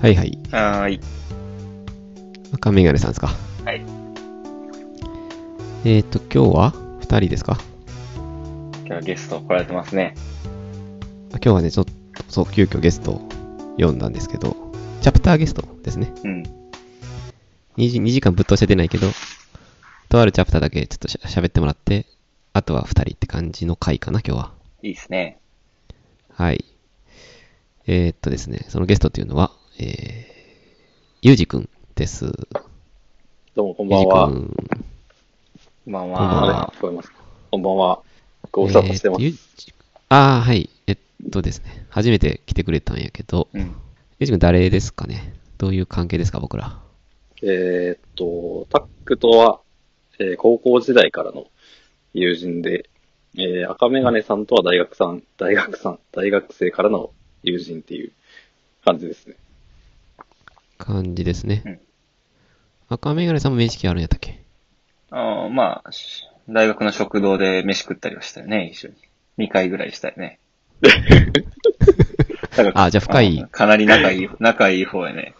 はいはい。はーい。赤メガネさんですか。はい。えっ、ー、と、今日は2人ですか今日はゲスト来られてますね。今日はね、ちょっと、そう、急遽ゲストを呼んだんですけど、チャプターゲストですね。うん。 2, 時2時間ぶっ通して出ないけど、とあるチャプターだけちょっとしゃ喋ってもらって、あとは2人って感じの回かな、今日は。いいですね。はい。えー、っとですね、そのゲストっていうのは、えー、ゆうじくんです。どうもこんゆばうんじはく。ん。まあこんばんはまあれ聞こえますかこんばんは。ご無沙汰してます。えーゆうじああ、はい。えっとですね、初めて来てくれたんやけど、あ、うん。ゆうじくん誰ですかねどういう関係ですか、僕ら。えーっと、タックとは、えー高校時代からの友人で、えー赤メガネさんとは大学さん、大学さん、大学生からの友人っていう感じですね。感じですね。うん赤メガネさんも面識あるんやったっけあーまあ、し大学の食堂で飯食ったりはしたよね、一緒に。2回ぐらいしたよね。だから あじゃあ深いうんかなり仲いい、仲いい方やね。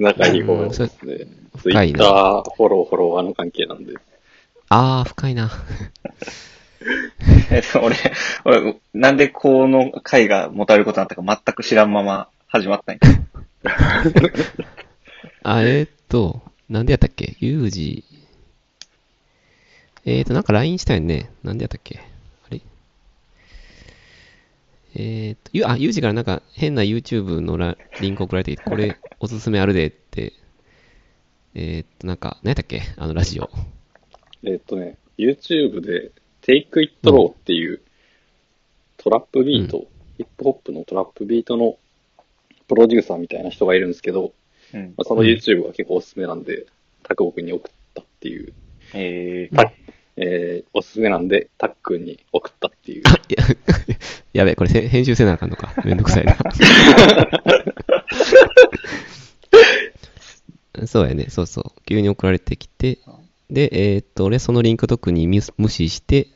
仲いい方ですね。ツイ深いッなター、フォロー、フォロワーの関係なんで。ああ、深いな。 えっと、俺、俺、なんでこの会がもたれることになったか全く知らんまま始まったんや。あ、えーっと、なんでやったっけユージ。えーっと、なんか LINE したよね。なんでやったっけあれえーっと、ゆあ、ユージからなんか変な YouTube のラリンク送られてきて、これおすすめあるでって。えーっと、なんか、何やったっけあのラジオ。えーっとね、YouTube で Take It Low っていう、トラップビート、ヒップホップのトラップビートのプロデューサーみたいな人がいるんですけど、うんま。あ、その YouTube が結構おすすめなんで、タクオ君に送ったっていう、えー、タえー、おすすめなんで、タックンに送ったっていいう。や、 やべえ、これせ編集せなあかんのか。めんどくさいな。 そうやね、そうそう。急に送られてきて、で、えーっと、俺そのリンク特に無視無視して、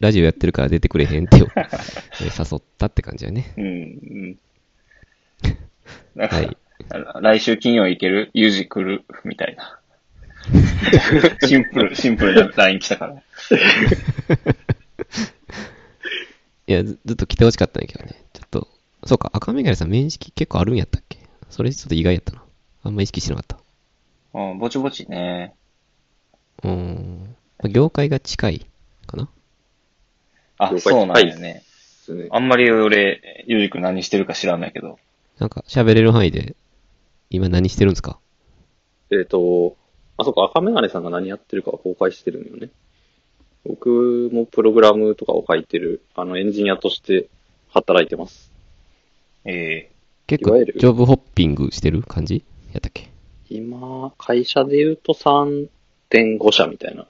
ラジオやってるから出てくれへんってよえー誘ったって感じやね。うん、うん。なんか、はい。あ来週金曜行けるユージ来るみたいな。 シンプル、シンプルな LINE 来たから。いや、ずずっと来てほしかったんやけどね。ちょっと、そうか、赤メガネさん面識結構あるんやったっけそれちょっと意外やったな。あんま意識してなかった。うん、ぼちぼちね。うーん。まあ業界が近いかな。あ、了解そうなんやね。ですねあんまり俺、ゆうじくん何してるか知らないけど。なんか喋れる範囲で、今何してるんですかえっ、と、あ、そっか、赤メガネさんが何やってるかは公開してるのよね。僕もプログラムとかを書いてる、あの、エンジニアとして働いてます。え結いわ構、ゆジるョブホッピングしてる感じやったっけ今、会社で言うと3.5社みたいな。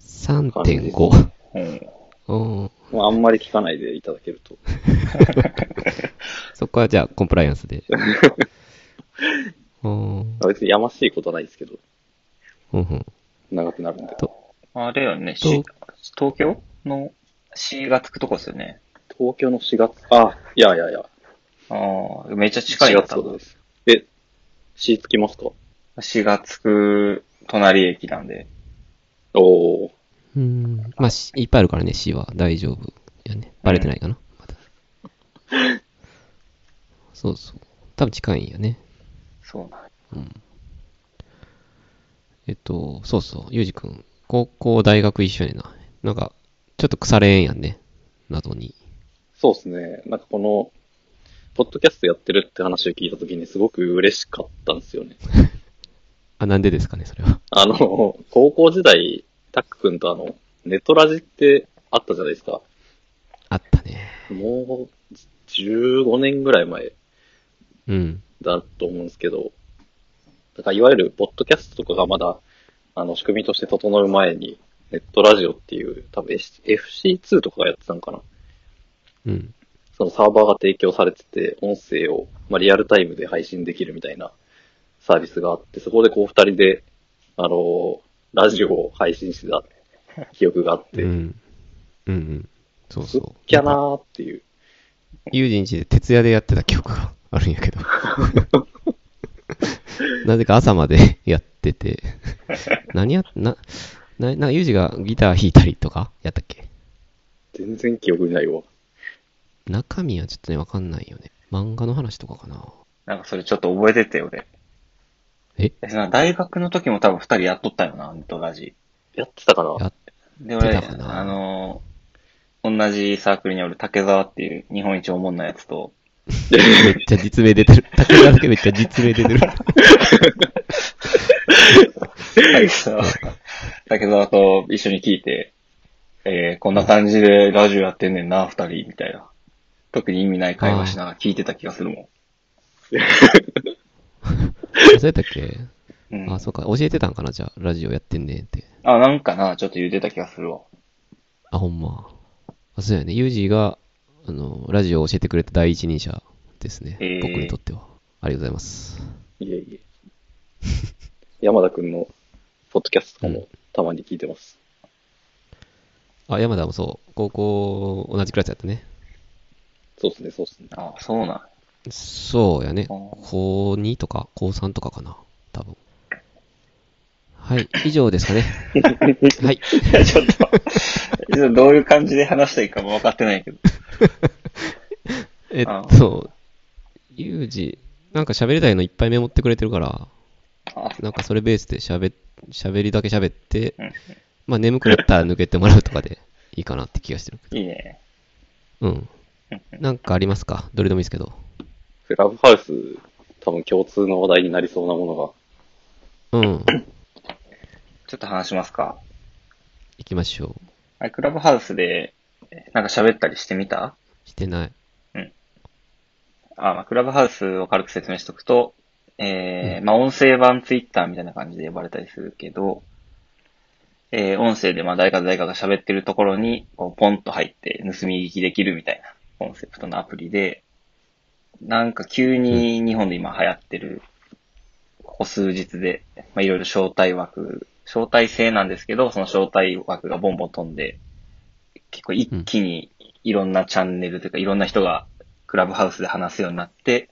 ?3.5。えうん。うん。まあ、あんまり聞かないでいただけると。そこはじゃあ、コンプライアンス で。うん。まあ別にやましいことはないですけど、うんうん。長くなるんで。あれよね、しと東京の C がつくとこですよね。東京の4月、あ、いやいやいや、ああ、めっちゃ近いよ、 4月多ほど分です。え、C つきますか C がつく隣駅なんで。おー。うん。まあ、しいっぱいあるからね、C は大丈夫。やね。バレてないかな、まだ。そうそう。多分近いんやね。そうなんえっと、そうそう、ゆうじくん、高校、大学一緒やねんな。なんか、ちょっと腐れ縁やんね。謎に。そうですね。なんかこの、ポッドキャストやってるって話を聞いたときにすごく嬉しかったんですよね。あ、なんでですかね、それは。あの、高校時代、タック君とあの、ネトラジってあったじゃないですか。あったね。もう、15年ぐらい前うん。だと思うんですけど、だからいわゆる、ポッドキャストとかがまだ、あの、仕組みとして整う前に、ネットラジオっていう、多分 FC2 とかがやってたのかな。うん。そのサーバーが提供されてて、音声を、まあ、リアルタイムで配信できるみたいなサービスがあって、そこでこう二人で、あの、ラジオを配信して た記憶があっうて、ん。うんうん。そうすっそう。きゃなーっていう。友人家で徹夜でやってた記憶が。 あるんやけど。なぜか朝まで やってて。何や、な、な、な、ユージがギター弾いたりとかやったっけ全然記憶にないわ。中身はちょっとね、わかんないよね。漫画の話とかかな。なんかそれちょっと覚えてて、俺。えその大学の時も多分二人やっとったよな、ドラジ。やってたかなやっで、や俺、ってたかなあのー同じサークルにおる竹沢っていう日本一おもんなやつと、めっちゃ実名出 てる。竹田だけめっちゃ実名出てる。竹 沢竹沢と一緒に聞いて、えー、こんな感じでラジオやってんねんな、二人、みたいな。特に意味ない会話しながら聞いてた気がするもそうやったっけん。うん。あ、そうか。教えてたんかなじゃあ、ラジオやってんねんって。あ、なんかな、ちょっと言うてた気がするわ。あ、ほんま。あ、そうやね。ユージが、あの、ラジオを教えてくれた第一人者ですね。へー僕にとっては。ありがとうございます。いえいえ。山田くんのポッドキャストとかもたまに聞いてます。あ、山田もそう。高校、同じクラスやったね。そうですね、そうですね。あ、そうなん。そうやね。あ高2とか、高3とかかな。多分。はい。以上ですか ね。はい。 ちょっと、どういう感じで話したらいいかも分かってないけど。えっと、ユージ、なんか喋りたいのいっぱいメモってくれてるから、あなんかそれベースで喋、喋りだけ喋ってうん、まあ眠くなったら抜けてもらうとかでいいかなって気がしてる。いいね。うん。なんかありますかどれでもいいですけど。クラブハウス、多分共通の話題になりそうなものが、うん。ちょっと話しますか。行きましょう。あれクラブハウスで、なんか喋ったりしてみたしてない。あ、まあ、クラブハウスを軽く説明しとくと、えーまあ、音声版ツイッターみたいな感じで呼ばれたりするけど、えー音声で、まあ、誰か誰かが喋ってるところに、こう、ポンと入って盗み聞きできるみたいなコンセプトのアプリで、なんか急に日本で今流行ってる、ここ数日で、まあ、いろいろ招待枠、招待制なんですけど、その招待枠がボンボン飛んで、結構一気にいろんなチャンネルというか、いろんな人がクラブハウスで話すようになって、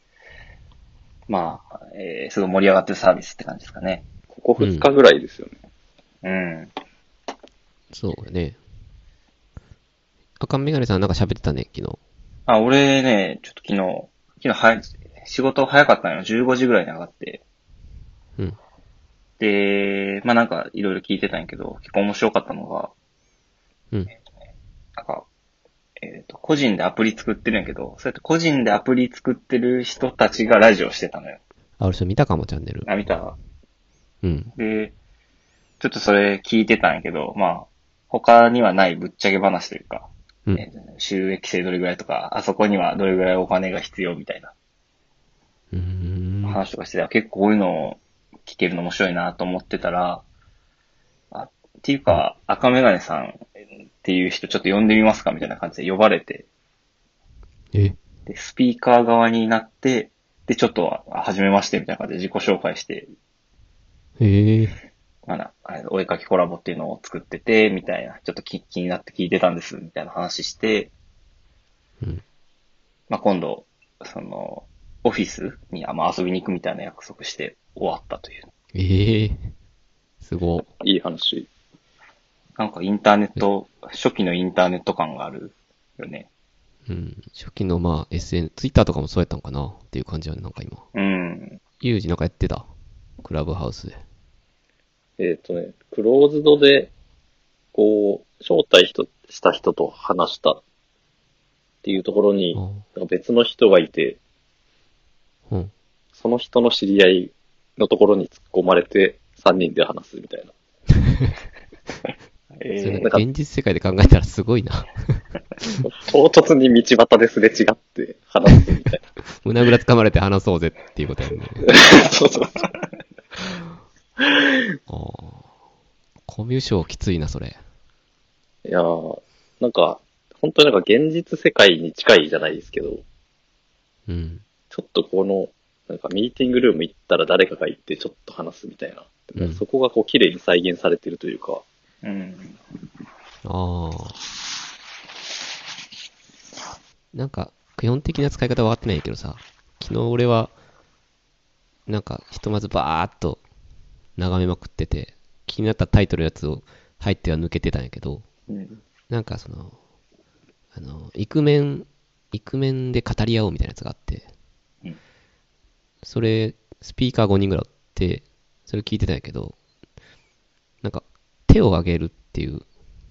まあ、えーすごい盛り上がってるサービスって感じですかね。ここ2日ぐらいですよね。うん。そうやね。赤メガネさんなんか喋ってたね、昨日。あ、俺ね、ちょっと昨日、昨日早い、仕事早かったのよ。15時ぐらいに上がって。うん。で、まあなんかいろいろ聞いてたんやけど、結構面白かったのが、うん。なんか、えっ、と、個人でアプリ作ってるんやけど、そうやって個人でアプリ作ってる人たちがラジオしてたのよ。あ、俺それ見たかも、チャンネル。あ、見たうん。で、ちょっとそれ聞いてたんやけど、まあ、他にはないぶっちゃけ話というか、うんえー収益性どれぐらいとか、あそこにはどれぐらいお金が必要みたいなうーん。話とかしてたら、結構こういうのを聞けるの面白いなと思ってたら、あっていうか、赤メガネさんっていう人ちょっと呼んでみますかみたいな感じで呼ばれて、え、で、スピーカー側になって、で、ちょっと、あはじめましてみたいな感じで自己紹介して、へえ。まあな、あれお絵かきコラボっていうのを作ってて、みたいな、ちょっと気気になって聞いてたんです、みたいな話して、うん。まあ、今度、その、オフィスにあ、まあ、遊びに行くみたいな約束して終わったという。ええ。すご。いい話。なんかインターネット、初期のインターネット感があるよね。うん。初期のまあ SN、ツイッターとかもそうやったんかなっていう感じはなんか今。うん。ユージなんかやってたクラブハウスで。えっ、とね、クローズドで、こう、招待人した人と話したっていうところに、あ別の人がいて、うん。その人の知り合いのところに突っ込まれて、3人で話すみたいな。えそれーなんか現実世界で考えたらすごいな。唐突に道端ですれ違って話すみたい胸ぐらつかまれて話そうぜっていうことやね。な。 そうそうそう。ああ。コミュ障きついな、それ。いやーなんか、本当になんか現実世界に近いじゃないですけど、うん。ちょっとこの、なんかミーティングルーム行ったら誰かが行ってちょっと話すみたいな。うんそこがこう綺麗に再現されてるというか、うん。ああ。なんか、基本的な使い方は分かってないけどさ、昨日俺は、なんか、ひとまずバーっと眺めまくってて、気になったタイトルのやつを入っては抜けてたんやけど、うん。なんかその、あの、イクメン、イクメンで語り合おうみたいなやつがあって、うんそれ、スピーカー5人ぐらいあって、それ聞いてたんやけど、なんか、手を上げるっていう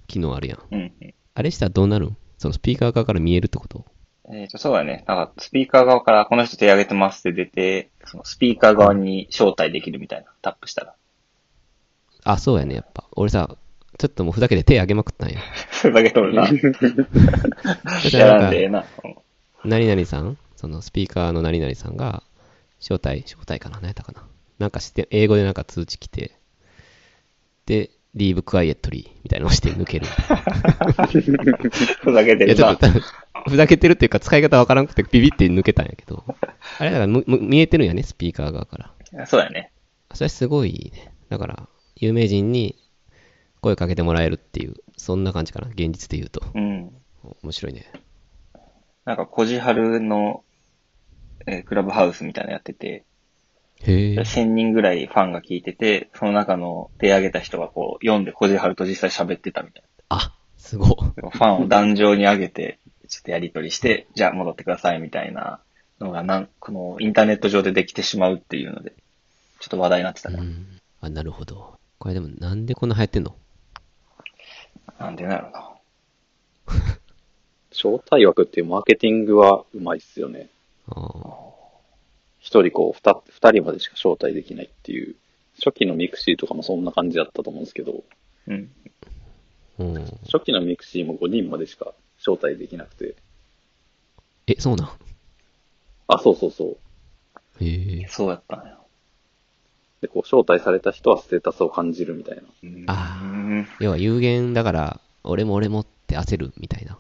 機能あるやん。うん。あれしたらどうなるんそのスピーカー側から見えるってことえっ、と、そうだね。なんか、スピーカー側から、この人手挙げてますって出て、そのスピーカー側に招待できるみたいな、タッ プしたら。あ、そうやね、やっぱ。俺さ、ちょっともうふざけて手上げまくったんや。それだけ取るな。だから なやらんんかでええな。うん 何々さんそのスピーカーの何々さんが、招待、招待かな何やったかななんかして、英語でなんか通知来て、で、リーブクワイエットリーみたいなのをして抜ける。ふざけていや、るちょっなと。多分、ふざけてるっていうか、使い方わからなくてビビって抜けたんやけど、あれだからむむ見えてるんやね、スピーカー側から。そうだね。それすごいね。だから、有名人に声かけてもらえるっていう、そんな感じかな、現実で言うと。うん。面白いね。なんか、こじはるの、えークラブハウスみたいなのやってて、へえ。 1000人ぐらいファンが聞いてて、その中の手挙げた人がこう、読んでこじはると実際喋ってたみたいあ、すごっ。な。ファンを壇上に上げて、ちょっとやりとりして、じゃあ戻ってくださいみたいなのがなん、このインターネット上でできてしまうっていうので、ちょっと話題になってたうね。ん。あ、なるほど。これでもなんでこんな流行ってんのなんでなのな。招待枠っていうマーケティングはうまいっすよね。あー一人こう二、二人までしか招待できないっていう。初期のミクシーとかもそんな感じだったと思うんですけど、うん。うん。初期のミクシーも5人までしか招待できなくて、え、そうなんあ、そうそうそう。へえ。そうやったんや。で、こう、招待された人はステータスを感じるみたいな。あーうん要は有限だから、俺も俺もって焦るみたいな。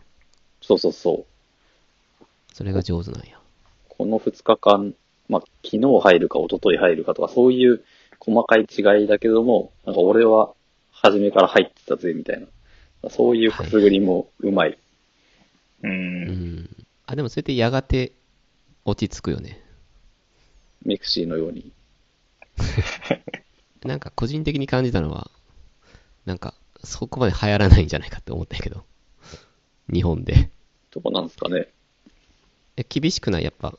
そうそうそう。それが上手なんや。この2日間、まあ、昨日入るか一昨日入るかとか、そういう細かい違いだけども、なんか俺は初めから入ってたぜ、みたいな。そういうくすぐりもうまい。う。うんん。あ、でもそれってやがて落ち着くよね。ミクシーのように。なんか個人的に感じたのは、なんかそこまで流行らないんじゃないかって思ったんやけど。日本で。どこなんですかね。え厳しくないやっぱ、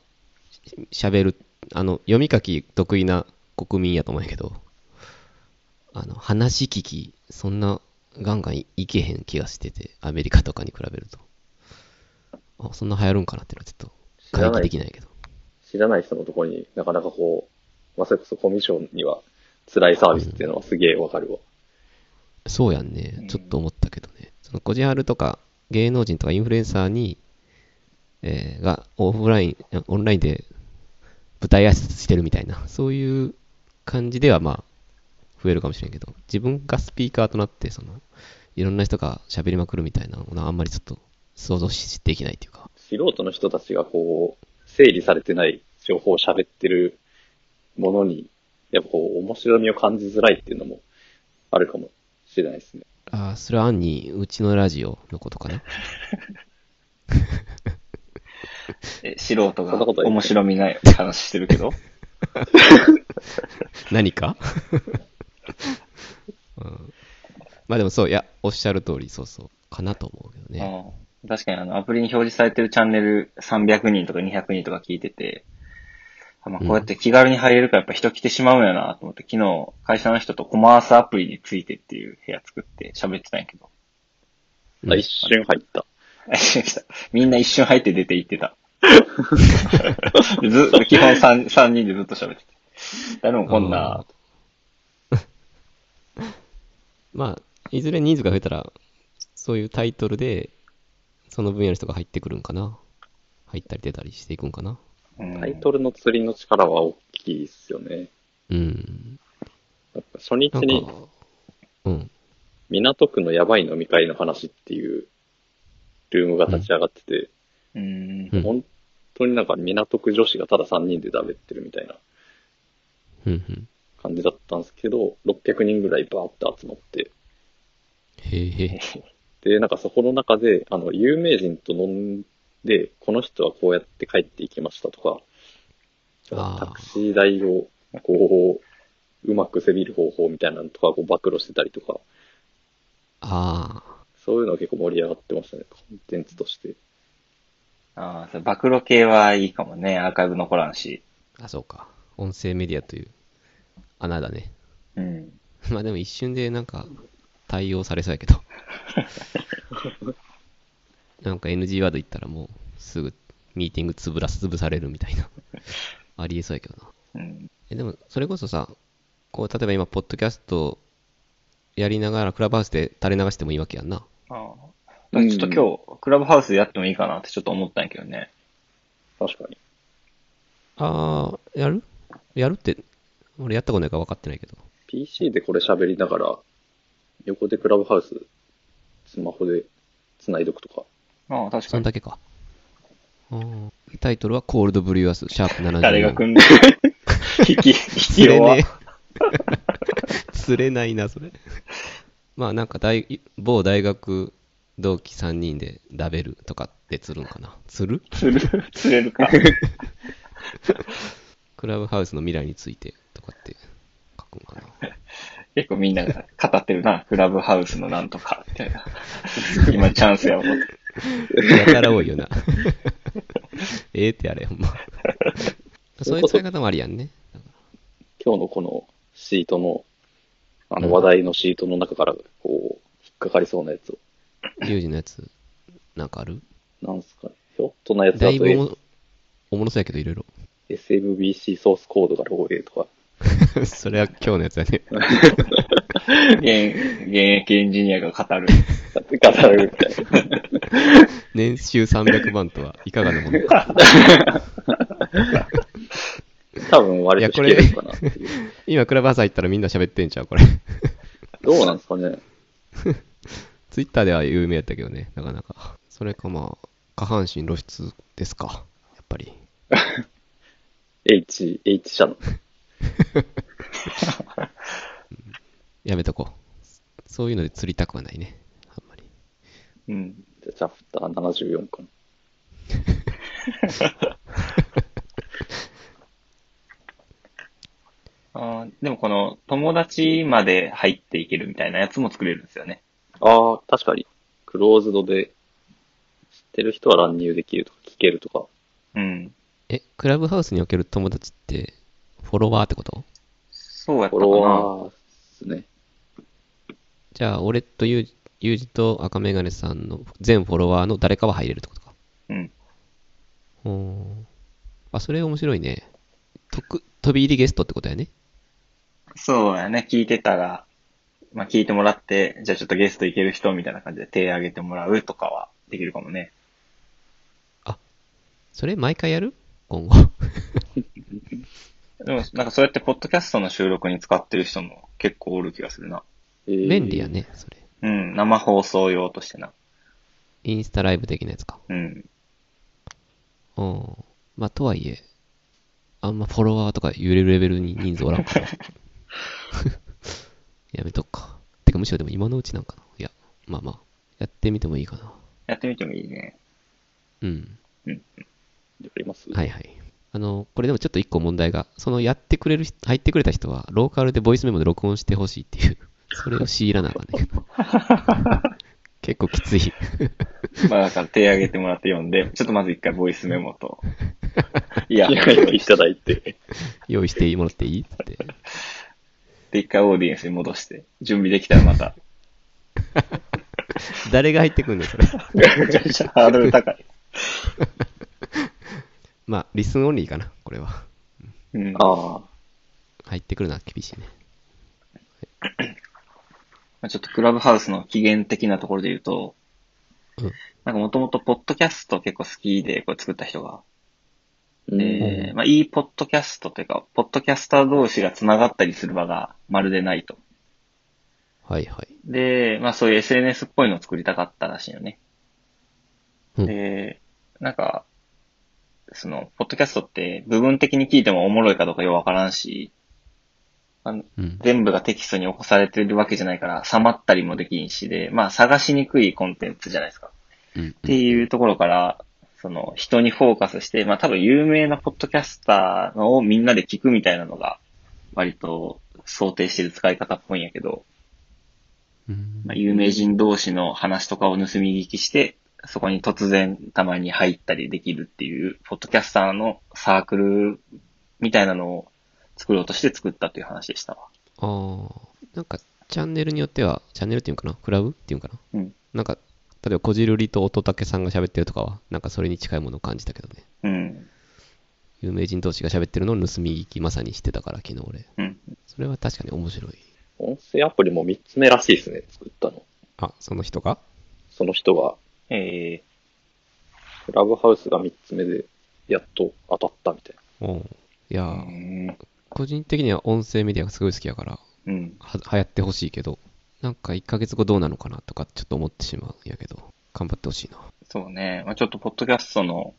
し喋る、あの、読み書き得意な国民やと思うんやけど、あの、話聞き、そんなガンガンいいけへん気がしてて、アメリカとかに比べると。あ、そんな流行るんかなっていうのはちょっ知と、ら回な帰でき、いないけど。知らない人のところになかなかこう、まあそれこそコミッションには辛いサービスっていうのはすげえわかるわ。そうやんねう。んちょっと思ったけどね。その、コジハルとか、芸能人とかインフルエンサーに、えーが、オフライン、あオンラインで舞台挨拶してるみたいな、そういう感じでは、まあ、増えるかもしれんけど、自分がスピーカーとなって、その、いろんな人が喋りまくるみたいなものはあんまりちょっと想像しできないというか。素人の人たちがこう、整理されてない情報を喋ってるものに、やっぱこう、面白みを感じづらいっていうのもあるかもしれないですね。ああ、それは案に、うちのラジオのことかな。え素人そんながこと言って面白みない話してるけど。何か、 うん、まあでもそう、いや、おっしゃる通り、そうそう、かなと思うけどね。うん確かにあの、アプリに表示されてるチャンネル300人とか200人とか聞いてて、あまあ、こうやって気軽に入れるからやっぱ人来てしまうんやなと思って、昨日会社の人とコマースアプリについてっていう部屋作って喋ってたんやけど。 うんあ一瞬入った。みんな一瞬入って出て行ってた。 ずっと基本 3, 3人でずっと喋ってて。誰もこんな、まあ、いずれ人数が増えたら、そういうタイトルで、その分野の人が入ってくるんかな。入ったり出たりしていくんかな。うんタイトルの釣りの力は大きいですよね。うん。やっぱ初日なんにか、うん。港区のやばい飲み会の話っていうルームが立ち上がってて、うんうん本当になんか港区女子がただ3人で食べってるみたいなうんうん。感じだったんですけど、600人ぐらいバーって集まって、へえへえ。で、なんかそこの中で、あの、有名人と飲んで、この人はこうやって帰っていきましたとか、あータクシー代を、こう、うまくせびる方法みたいなのとか、こう、暴露してたりとか、ああ、そういうのは結構盛り上がってましたね、コンテンツとして。ああ、そう、暴露系はいいかもね。アーカイブ残らんし。あ、そうか。音声メディアという穴だね。うん。 まあでも一瞬でなんか対応されそうやけ ど。なんか NG ワード言ったらもうすぐミーティング潰らす、潰されるみたい な。ありえそうやけどな。うん。え、でもそれこそさ、こう例えば今、ポッドキャストやりながらクラブハウスで垂れ流してもいいわけやんな。ああ。ちょっと今日、クラブハウスやってもいいかなってちょっと思ったんやけどね。確かに。あー、やるやるって、俺やったことないから分かってないけど。 PC でこれ喋りながら、横でクラブハウス、スマホで繋いどくとか。ああ、確そかんに。だけか。あータイトルはコールドブリュアス、シャープ74。誰が組んでる引き、引き釣れ弱ね。え。 釣れないな、それ。まあなんか大、某大学同期3人でダベルとかで釣るんかな。釣る釣る、釣れるか。クラブハウスの未来についてとかって書くんかな。結構みんなが語ってるな。クラブハウスのなんとか、みたいな。今チャンスやろ。やたら多い よな。ええってあれ、ほんま。そういう使い方もありやんね。今日のこのシートの、あうのん話題のシートの中から、こう、引っかかりそうなやつを。ユージのやつ、なんかあるなんすかね。ひょっとなやつだだいと、ぶおもおもろそうやけど、いろいろ。 SMBC ソースコードが漏洩とか。 それは今日のやつだね。現、現役エンジニアが語る。だって語るみたいな。 年収300万とはいかがなものか。多分割と引けるかなっていう。今、クラブハウス入ったらみんな喋ってんちゃうこれ。 どうなんですかね。ツイッターでは有名やったけどね、なかなか。それかまあ、下半身露出ですか。やっぱり。 H、H 社の。やめとこう。そういうので釣りたくはないね。あんまり。うん。じゃあチャプター74かな。あーでもこの友達まで入っていけるみたいなやつも作れるんですよね。ああ、確かに。クローズドで、知ってる人は乱入できるとか、聞けるとか。うん。え、クラブハウスにおける友達って、フォロワーってことそうやったフかォな。ロワーですね。じゃあ、俺とユージユージと赤メガネさんの全フォロワーの誰かは入れるってことか。うん。ほーん。あ、それ面白いね。とく、飛び入りゲストってことやね。そうやね。聞いてたら、まあ聞いてもらって、じゃあちょっとゲスト行ける人みたいな感じで手挙げてもらうとかはできるかもね。それ毎回やる今後。でもなんかそうやってポッドキャストの収録に使ってる人も結構おる気がするな。え ー便利や。ね、それ。うん。生放送用としてな。インスタライブ的なやつか。うん。うん。まあ、とはいえ、あんまフォロワーとか揺れるレベルに人数おらんから。やめとくか。てか、むしろでも今のうちなんかな。いや、まあまあ、やってみてもいいかな。やってみてもいいね。うん。やりますはいはい。あの、これでもちょっと一個問題が、そのやってくれる人、入ってくれた人は、ローカルでボイスメモで録音してほしいっていう、 それを強いらなあかんねんけど。結構きつい。 まあだから手挙げてもらって読んで、ちょっとまず一回ボイスメモと。いや、いや、でいただいて。用意してもらっていいって。一回オーディエンスに戻して、準備できたらまた。誰が入ってくんねん、それ。めちゃめちゃハードル高い。まあ、リスンオンリーかな、これは。うん。まああ、入ってくるのは厳しいね。あちょっとクラブハウスの起源的なところで言うと、うんなんかもともとポッドキャスト結構好きでこれ作った人が、うんえーまあいいポッドキャストというか、ポッドキャスター同士が繋がったりする場がまるでないと。はいはい。で、まあそういう SNS っぽいのを作りたかったらしいよね。うんで、なんか、その、ポッドキャストって部分的に聞いてもおもろいかどうかよくわからんし、あのうん。全部がテキストに起こされてるわけじゃないから、さまったりもできんしで、まあ探しにくいコンテンツじゃないですうか。んっていうところから、その人にフォーカスして、まあ多分有名なポッドキャスターのをみんなで聞くみたいなのが、割と想定してる使い方っぽいんやけど、うんまあ、有名人同士の話とかを盗み聞きして、そこに突然たまに入ったりできるっていう、ポッドキャスターのサークルみたいなのを作ろうとして作ったという話でしたわ。ああ、なんかチャンネルによっては、チャンネルっていうのかな、クラブっていうのかな、うんなんか、例えばこじるりと乙武さんが喋ってるとかは、なんかそれに近いものを感じたけどね、うん。有名人同士が喋ってるのを盗み聞きまさにしてたから、昨日俺、うん。それは確かに面白い。音声アプリも3つ目らしいですね、作ったの。あ、その人がその人が、えクラブハウスが3つ目で、やっと当たったみたいな。おういやー、ー、個人的には音声メディアがすごい好きやから、うん。は流行ってほしいけど、なんか1ヶ月後どうなのかなとかちょっと思ってしまうんやけど、頑張ってほしいな。そうね。まあ、ちょっとポッドキャストの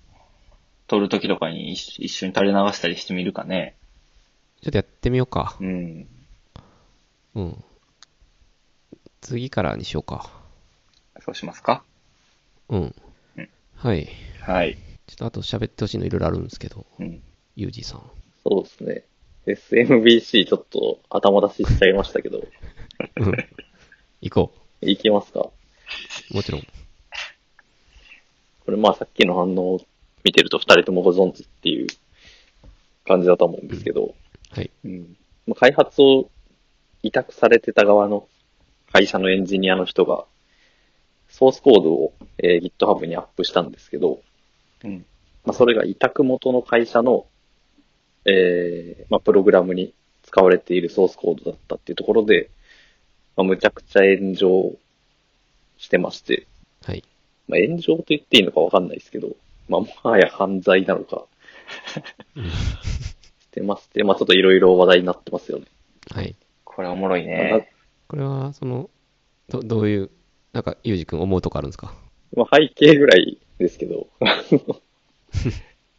撮るときとかに一緒一緒に垂れ流したりしてみるかね。ちょっとやってみようか。うん。うん。次からにしようか。そうしますかうんうん。はい。はい。ちょっとあと喋ってほしいのいろいろあるんですけど、うん。ゆうじさん。そうですね。SMBC ちょっと頭出ししちゃいましたけど、うん。行こいけますかう。もちろん。これまあさっきの反応を見てると2人ともご存知っていう感じだと思うんですけど、はい。うんまあ開発を委託されてた側の会社のエンジニアの人が、ソースコードを、えー GitHub にアップしたんですけど、うん。まあ、それが委託元の会社の、えーまあ、プログラムに使われているソースコードだったっていうところで、まあ、むちゃくちゃ炎上してまして、はい。まあ、炎上と言っていいのかわかんないですけど、まあ、もはや犯罪なのか、してまして、まあ、ちょっといろいろ話題になってますよね。はい。これおもろいまあね。これは、その、ど、どういう、なんか、ゆうじくん思うとこあるんですかまあ、背景ぐらいですけど、あの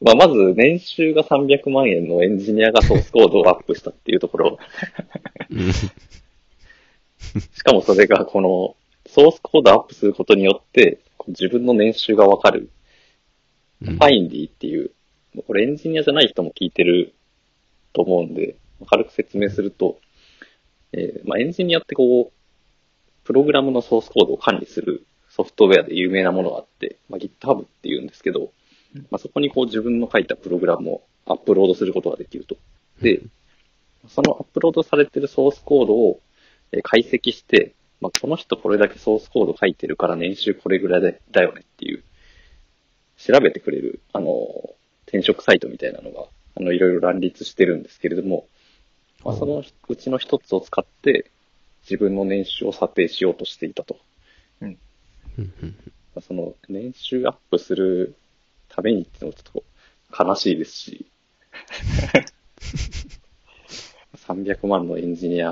まあまず年収が300万円のエンジニアがソースコードをアップしたっていうところ、うん。しかもそれがこのソースコードアップすることによってこう自分の年収がわかるうんファインディっていう、もうこれエンジニアじゃない人も聞いてると思うんで、軽く説明すると、えーまあ、エンジニアってこう、プログラムのソースコードを管理するソフトウェアで有名なものがあって、まあ、GitHub っていうんですけど、まあ、そこにこう自分の書いたプログラムをアップロードすることができると。で、そのアップロードされてるソースコードをえー解析して、まあ、この人これだけソースコード書いてるから年収これぐらいだだよねっていう調べてくれる、あの、転職サイトみたいなのが、あの、いろいろ乱立してるんですけれども、まあ、おうそのうちの一つを使って、自分の年収を査定しようとしていたと。うんうんまあその、年収アップするためにっていうのもちょっと悲しいです し、300万のエンジニア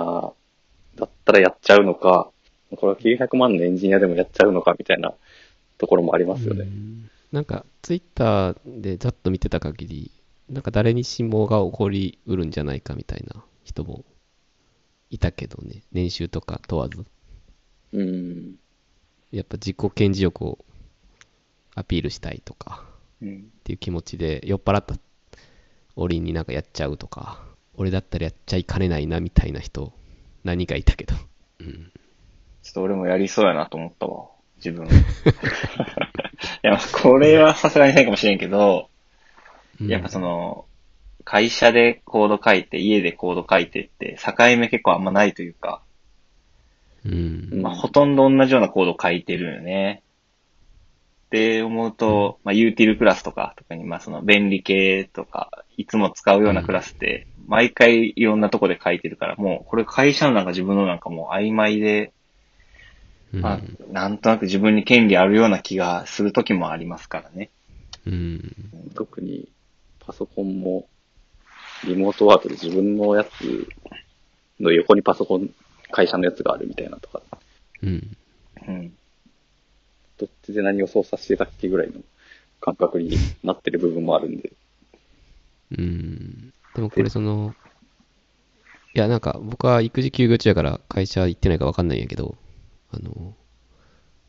だったらやっちゃうのか、これは900万のエンジニアでもやっちゃうのかみたいなところもありますよね。うんなんか、ツイッターでざっと見てた限り、なんか誰にしもが起こりうるんじゃないかみたいな人もいたけどね、年収とか問わず。うんやっぱ自己顕示欲をアピールしたいとかうん。っていう気持ちで、酔っ払った俺になんかやっちゃうとか、俺だったらやっちゃいかねないなみたいな人、何人かいたけど。うん。ちょっと俺もやりそうやなと思ったわ。自分。い や、これはさすがにないかもしれんけど、うんやっぱその、会社でコード書いて、家でコード書いてって、境目結構あんまないというか、うん。まあ、ほとんど同じようなコード書いてるよね。って思うと、まあ、ユーティルクラスとか、特にまあ、その便利系とか、いつも使うようなクラスって、毎回いろんなとこで書いてるから、もう、これ会社のなんか自分のなんかもう曖昧で、うんまあ、なんとなく自分に権利あるような気がする時もありますからね。うん。特にパソコンもリモートワークで自分のやつの横にパソコン、会社のやつがあるみたいなとか、うん。うん。どっちで何を操作してたっけぐらいの感覚になってる部分もあるんで。うん。でもこれその、いやなんか僕は育児休業中やから会社行ってないから分かんないんやけど、あの、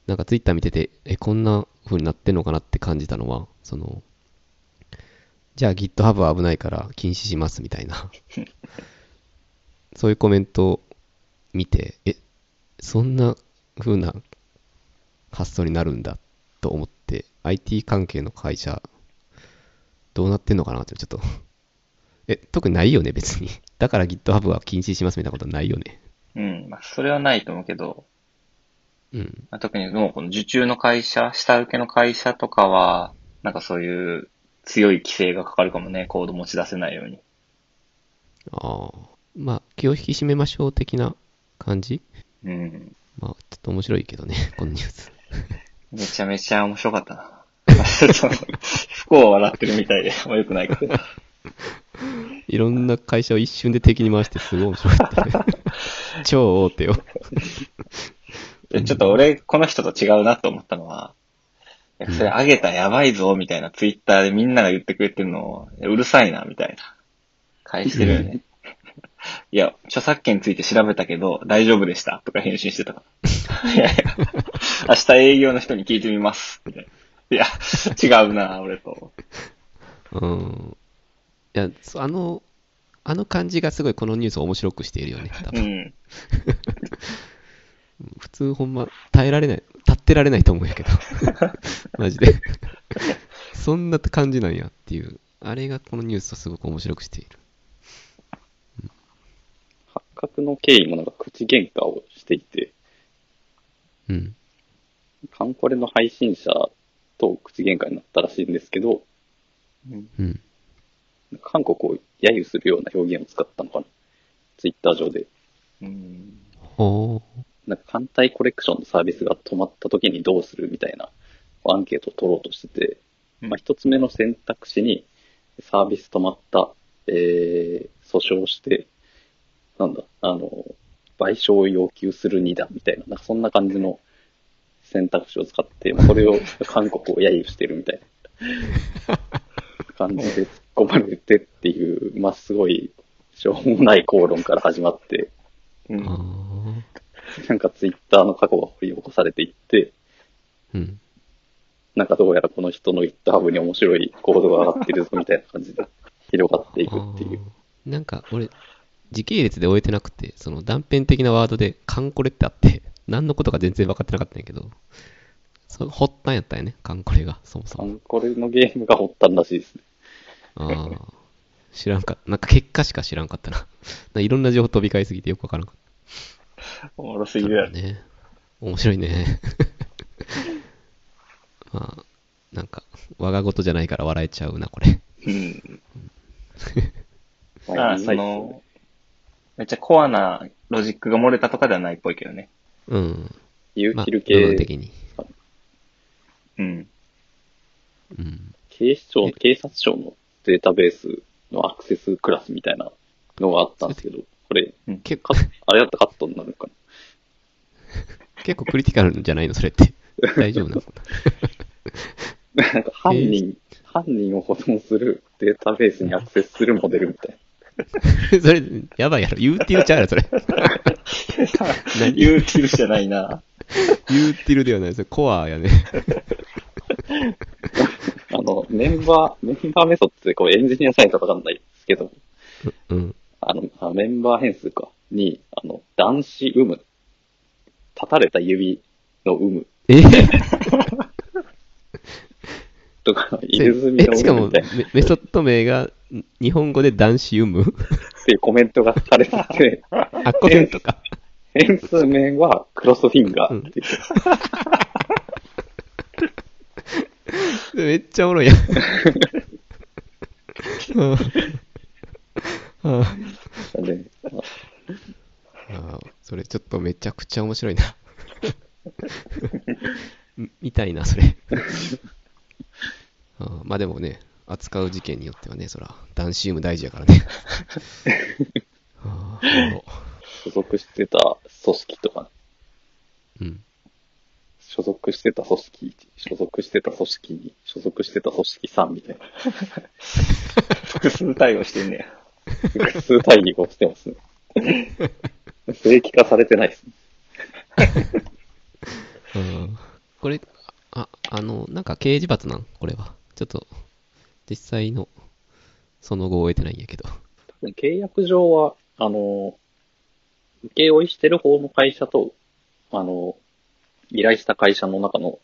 なんかツイッター見てて、え、こんな風になってんのかなって感じたのは、その、じゃあ GitHub は危ないから禁止しますみたいな、そういうコメントを見て、え、そんな風な発想になるんだと思って、IT 関係の会社、どうなってんのかなってちょっと、 え、特にないよね、別に。 だから GitHub は禁止しますみたいなことはないよね。うん。まあ、それはないと思うけど、うん。まあ特にもうこの受注の会社、下請けの会社とかは、なんかそういう強い規制がかかるかもね、コード持ち出せないように。ああ。まあ、気を引き締めましょう的な感じうん。まあ、ちょっと面白いけどね、 このニュース。めちゃめちゃ面白かったな。 ちょっと、不幸を笑ってるみたいで、もう良くないから。いろんな会社を一瞬で敵に回してすごい面白かった ね。超大手を。でちょっと俺、この人と違うなと思ったのは、いやそれあげたらやばいぞ、みたいなツイッターでみんなが言ってくれてるのを、いやうるさいな、みたいな。返してるよね。 いや、著作権について調べたけど、大丈夫でした、とか返信してたから。いやいや、明日営業の人に聞いてみます、みたいな。いや、違うな、俺と。うん。いや、そあの、あの感じがすごいこのニュースを面白くしているよね。多う分ん。普通ほんま耐えられない、立ってられないと思うんや けど。マジで。そんな感じなんやっていう。あれがこのニュースをすごく面白くしている。発覚の経緯もなんか口喧嘩をしていて、うん。カンコレの配信者と口喧嘩になったらしいんですけど、うん。韓国を揶揄するような表現を使ったのかな。ツイッター上で。うん。ほう。なんか艦隊コレクションのサービスが止まった時にどうするみたいなアンケートを取ろうとしてて、うんまあ、一つ目の選択肢にサービス止まった、えー、訴訟して、なんだ、あの、賠償を要求するにだみたいな、なんかそんな感じの選択肢を使って、まあ、それを 韓国を揶揄してるみたいな感じで突っ込まれてっていう、まあ、すごい、しょうもない口論から始まって、うんああ。 なんかツイッターの過去が掘り起こされていって、うん。なんかどうやらこの人の GitHub に面白いコードが上がってるぞみたいな感じで 広がっていくっていう。あーなんか俺、時系列で終えてなくて、その断片的なワードで、カンコレってあって、何のことか全然分かってなかったんやけど、その発端やったんやね、カンコレが、そもそあも。のこれのゲームが掘ったんらしいですね。あー知らんかなんか結果しか知らんかったな。なん かいろんな情報飛び交いすぎてよく分からんかっおもろすたぎるやろ。ね。面白い ね。まあ、なんか、我が事じゃないから笑えちゃうな、これ。うん。まああ、いいそサイトの、めっちゃコアなロジックが漏れたとかではないっぽいけどね。うん。有まあ、機部ル系、分的に。 うん。うん。警視庁え、警察庁のデータベースのアクセスクラスみたいなのがあったんですけど、これ、結カ構ッ、あれだったらカットになるのかな。結構クリティカルじゃないのそれって。大丈夫なの なんか犯人、犯人を保存するデータベースにアクセスするモデルみたいな。それ、やばいやろ。ユーティルちゃうやろ、それ。何言うてるじゃないな。ユーティルではない。それコアやね。あの、メンバー、メンバーメソッドってこうエンジニアサイトわかんないですけど、うん。あの、あメンバー変数か、に、あの、男子有無。立たれた指の有無えとか、入れ墨え、しかの有無もみたいなっメ、メソッド名が、ん日本語で男子有無 ていうコメントがされてて、あ、コメントか。変数名はクロスフィンガーっていう、めっちゃおもろい やん。うんあでまああそれちょっとめちゃくちゃ面白いな。 みみたいな、そ れ。ああまあでもね、扱う事件によってはね、そら、男子有無大事やから ね。ああなるほど所属してた組織とか、うん。所属してた組織、所属してた組織に、所属してた組織さんみたいな、複数対応してんねや。複数対義をしてますね。 正規化されてないですね。うんこれ、あ、あの、なんか刑事罰なんこれは。ちょっと、実際の、その後を終えてないんやけど。多分契約上は、あの、請負いしてる方の会社と、あの、依頼した会社の中の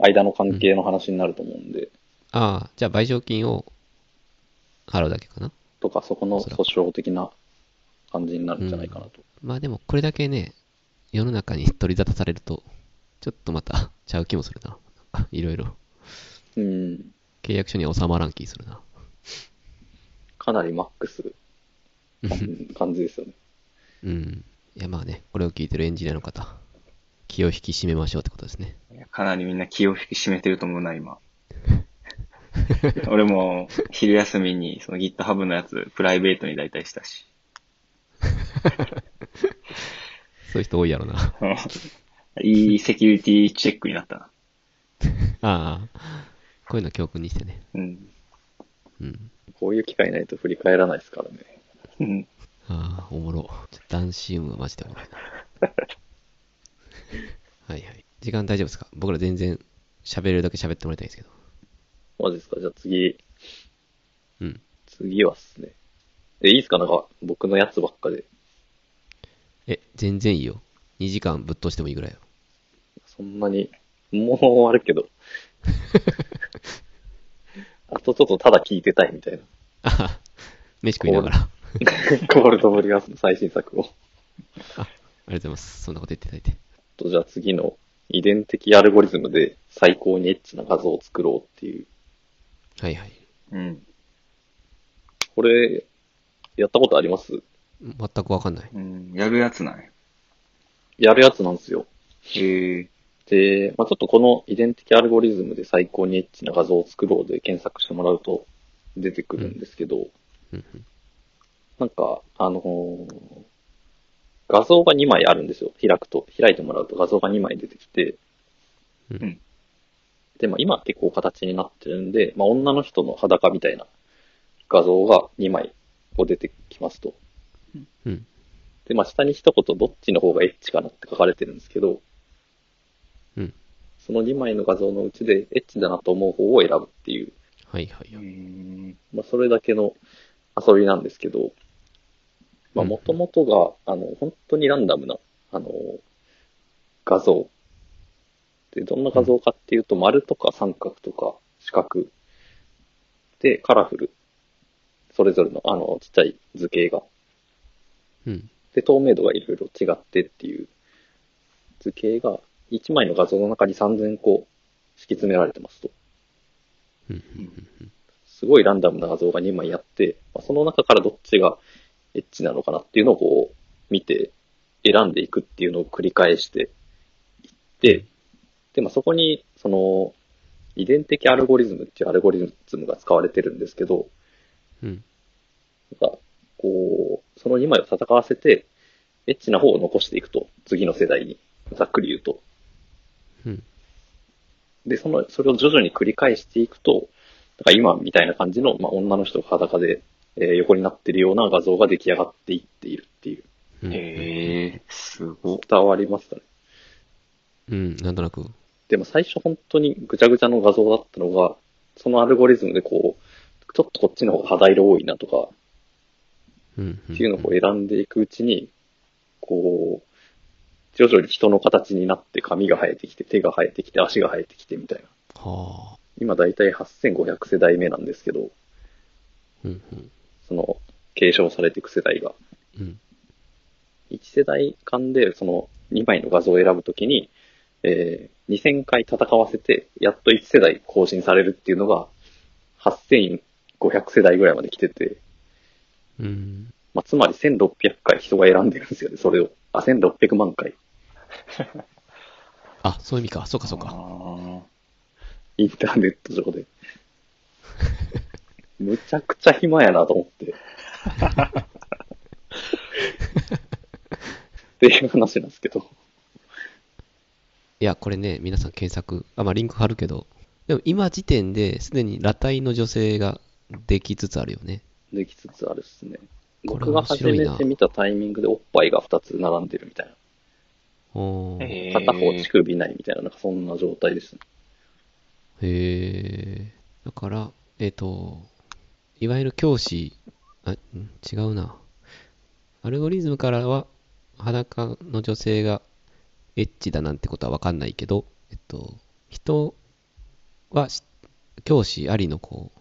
間の関係の話になると思うんで、ああ、じゃあ賠償金を払うだけかな。とか、そこのそら訴訟的な感じになるんじゃないかなと。まあでも、これだけね、世の中に取り沙汰されると、ちょっとまた、 ちゃう気もするな。なんかいろいろ。うん。契約書には収まらん気するな。 かなりマックスうん感じですよね。うん。いや、まあね、これを聞いてるエンジニアの方、気を引き締めましょうってことですね。いやかなりみんな気を引き締めてると思うな、今。俺も昼休みにその GitHub のやつプライベートに代替したし。そういう人多いやろな。 あうんいいセキュリティチェックになったな。あ、こういうの教訓にしてね。うん。うん。こういう機会ないと振り返らないですからね。うん。ああ、おもろ。ちょダンシウムはマジでおもろいな。はいはい。時間大丈夫ですか僕ら全然喋れるだけ喋ってもらいたいんですけど。マジですかじゃあ次、うん。次はっすね。え、いいっすかなんか、僕のやつばっかで。え、全然いいよ。2時間ぶっ通してもいいぐらいよ。そんなに、もう終わるけど。あとちょっとただ聞いてたいみたいな。あはは飯食いながら。あコールドブリュアスの最新作を。りがとうございます。そんなこと言っていただいて。と、じゃあ次の、遺伝的アルゴリズムで最高にエッチな画像を作ろうっていう。はいはい。うん。これ、やったことあります全くわかんない。うん。やるやつない。やるやつなんですよ。へえ。で、まあ、ちょっとこの遺伝的アルゴリズムで最高にエッチな画像を作ろうで検索してもらうと出てくるんですけど、うんうんなんか、あのー画像が2枚あるんですよ。開くと、開いてもらうと画像が2枚出てきて、うんで、まあ、今結構形になってるんで、まあ、女の人の裸みたいな画像が2枚こう出てきますと。うん。で、まあ、下に一言どっちの方がエッチかなって書かれてるんですけど、うん。その2枚の画像のうちでエッチだなと思う方を選ぶっていう、はいはいはい。うんまあ、それだけの遊びなんですけど、まあ、うんもともとが、あの、本当にランダムな、あの、画像。で、どんな画像かっていうと、丸とか三角とか四角。で、カラフル。それぞれの、あの、ちっちゃい図形が。うん。で、透明度がいろいろ違ってっていう図形が、1枚の画像の中に3000個敷き詰められてますと。うんすごいランダムな画像が2枚あって、まあその中からどっちがエッチなのかなっていうのをこう見て選んでいくっていうのを繰り返していって、で、まあ、そこにその遺伝的アルゴリズムっていうアルゴリズムが使われてるんですけど、うん。なんかこう、その2枚を戦わせて、エッチな方を残していくと、次の世代に、ざっくり言うと。うん。で、その、それを徐々に繰り返していくと、だから今みたいな感じの、まあ、女の人が裸で、えー横になってるような画像が出来上がっていっているっていう。うん。へえ。すご。伝わりますかね。うん、なんとなく。でも最初本当にぐちゃぐちゃの画像だったのが、そのアルゴリズムでこう、ちょっとこっちの方が肌色多いなとか、うん。っていうのをこう選んでいくうちに、こう、徐々に人の形になって髪が生えてきて、手が生えてきて、足が生えてきてみたいな。はあ。今だいたい8500世代目なんですけど、うん、うん。その、継承されていく世代が。うん。 1世代間で、その、2枚の画像を選ぶときに、えー、2000回戦わせて、やっと1世代更新されるっていうのが、8500世代ぐらいまで来てて、うん。まあ、つまり1600回人が選んでるんですよね、それを。あ、1600万回。あ、そういう意味か。そうか、そうあか。ーインターネット上で。むちゃくちゃ暇やなと思って。っていう話なんですけど。いや、これね、皆さん検索、あ、まあ、リンク貼るけど、でも今時点ですでに裸体の女性ができつつあるよね。できつつあるっすね。これ僕が初め面白ていな見たタイミングでおっぱいが2つ並んでるみたいな。おー。へー片方乳首ないみたいな、なんかそんな状態ですね。へえ。だから、えっ、と、いわゆる教師、あ、ん違うな。アルゴリズムからは、裸の女性がエッチだなんてことはわかんないけど、えっと、人はし教師ありのこう、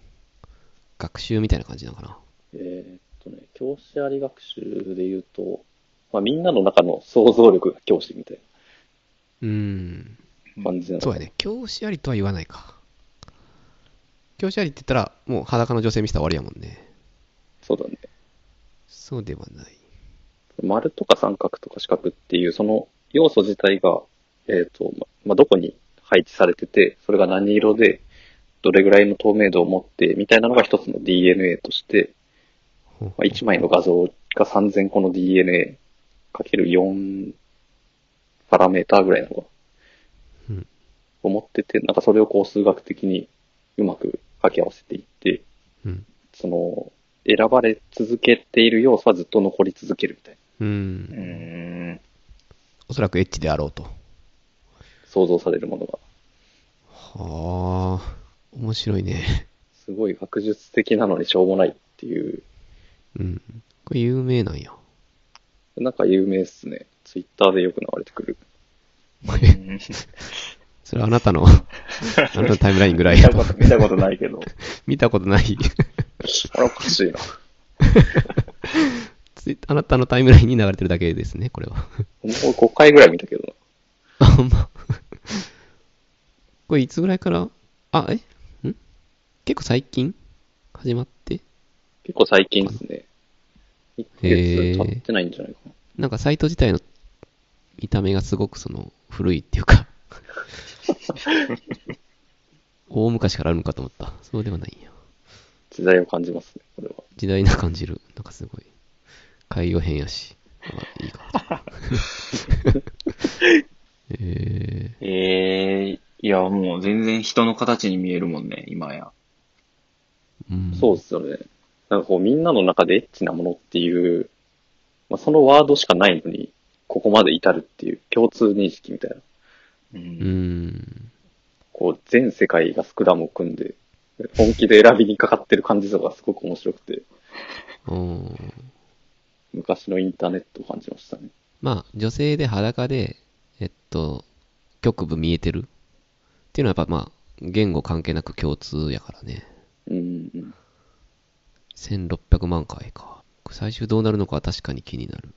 学習みたいな感じなのかな。えーっとね、教師あり学習で言うと、まあ、みんなの中の想像力が教師みたいうん。な感じなのかそうやね。教師ありとは言わないか。教師ありって言ったら、もう裸の女性見せたら終わりやもんね。そうだね。そうではない。丸とか三角とか四角っていう、その要素自体が、えっ、と、ま、まあ、どこに配置されてて、それが何色で、どれぐらいの透明度を持って、みたいなのが一つの DNA として、ほうまあ、1枚の画像が3000個の DNA かける4パラメーターぐらいなのうが、んを持ってて、なんかそれをこう数学的にうまく掛け合わせていって、うん。その、選ばれ続けている要素はずっと残り続けるみたいな。う。うんーん。おそらくエッチであろうと。想像されるものが。はあ、面白いね。すごい学術的なのにしょうもないっていう、うん。これ有名なんや。なんか有名っすね。ツイッターでよく流れてくる。うんそれはあな たの、あなたのタイムラインぐらい見やたとこ。と、見たことないけど。見たことない。あれおか しいな。ツ イあなたのタイムラインに流れてるだけですね、これは。 もう5回ぐらい見たけどな。あ、ほんま。これいつぐらいから、あ、えん結構最近始まって結構最近っすね。1ヶ月経ってないんじゃないかな。なんかサイト自体の見た目がすごくその古いっていうか大昔からあるのかと思ったそうではないんや時代を感じますね、これは。時代な感じるなんかすごい海洋編やしあいい かえええいや、もう全然人の形に見えるもんね、今や。ーうん、そうっすよね。なんかこう、みんなの中でエッチなものっていう、まあ、そのワードしかないのに、ここまで至るっていう共通認識みたいな。う。うんんこう、全世界がスクラムを組んで、本気で選びにかかってる感じとかすごく面白くて、おー昔のインターネットを感じましたね。まあ女性で裸でえっと局部見えてるっていうのはやっぱまあ言語関係なく共通やからねうんうん。 1600万回か。これ最終どうなるのかは確かに気になる。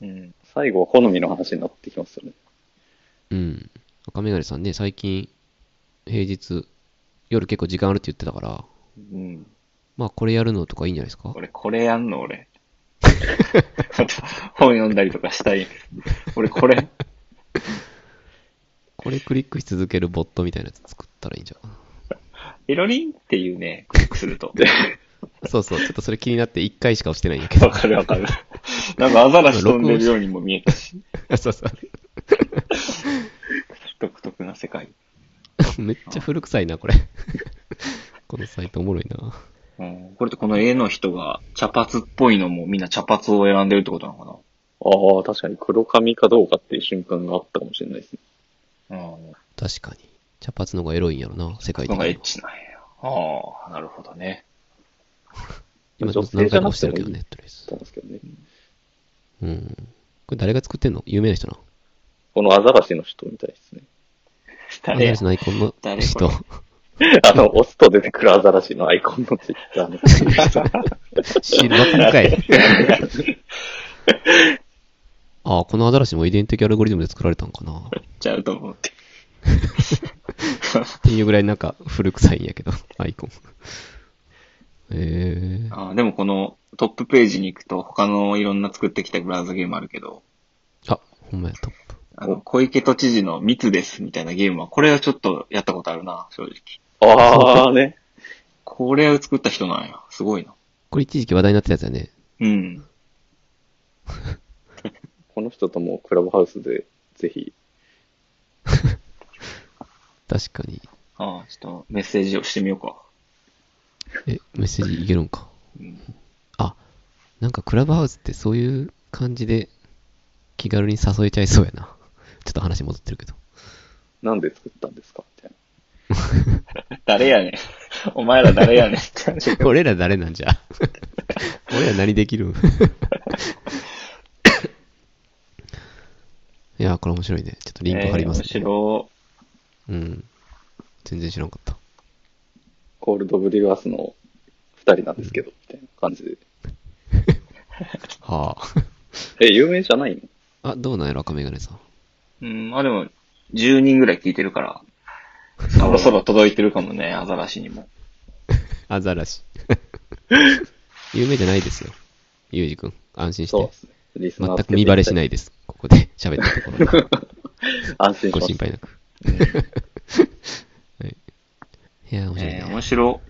うん。最後は好みの話になってきますよね。うん。赤メガネさんね、最近、平日、夜結構時間あるって言ってたから、うん。まあこれやるのとかいいんじゃないですか俺、これやんの俺。本読んだりとかしたい。俺、これ。これクリックし続けるボットみたいなやつ作ったらいいんじゃん。エロリンっていうね、クリックすると。 そうそう、ちょっとそれ気になって1回しか押してないんやけどわ。かるわかる。なんかアザラシ飛んでるようにも見えたし、そうそ独特な世界。う。めっちゃ古臭いな、これ。このサイトおもろいな。うん、これってこの絵の人が茶髪っぽいのもみんな茶髪を選んでるってことなのかああ、確かに黒髪かどうかっていう瞬間があったかもしれないですね。なうん。確かに。茶髪の方がエロいんやろな、世界的のがエッに。チなんや。ああ、なるほどね。今ちょっと何回も押してるけどね、とりあえだったんですけどね。ず。うん。これ誰が作ってんの有名な人な。このアザラシの人みたいですね。 アザ誰ラシのアイコンの誰これ人。あの、押すと出てくるアザラシのアイコンのツイッター の。知るわけかい。 ああ、このアザラシも遺伝的アルゴリズムで作られたんかな。っちゃうと思って。 ていうぐらいなんか古臭いんやけど、 アイコン。ええあーでもこのトップページに行くと他のいろんな作ってきたブラウザゲームあるけど、あ、ほんまや、トップ。あの、小池都知事の密ですみたいなゲームは、これはちょっとやったことあるな、正直。ああね。これを作った人なんや。すごいな。これ一時期話題になってたやつやね。うん。 この人ともクラブハウスで、ぜひ。確かに。ああ、ちょっとメッセージをしてみようか。え、メッセージいけるんか。うん。あ、なんかクラブハウスってそういう感じで気軽に誘えちゃいそうやな。ちょっと話戻ってるけど。なんで作ったんですかみたいな。誰やねん。お前ら誰やねんって感 じ。俺ら誰なんじゃ俺ら何できる んいやー、これ面白いね。ちょっとリンク貼りますね。えー面白うん。全然知らんかった。コールドブリュワースの二人なんですけど、みたいな感じで。はえ、有名じゃないのあ。 あ、どうなんやろ、赤メガネさん。い。うん、まあでも、10人ぐらい聞いてるから、そろそろ届いてるかもね、アザラシにも。アザ ラシ。有名じゃないですよ。ユージくん。安心しそうてで。すね。リスナ全ーつけくて見バレしないです。ここで 喋ったところで。安心しご心配ました。なく。 はい。いやー、面白いえー、ね。面白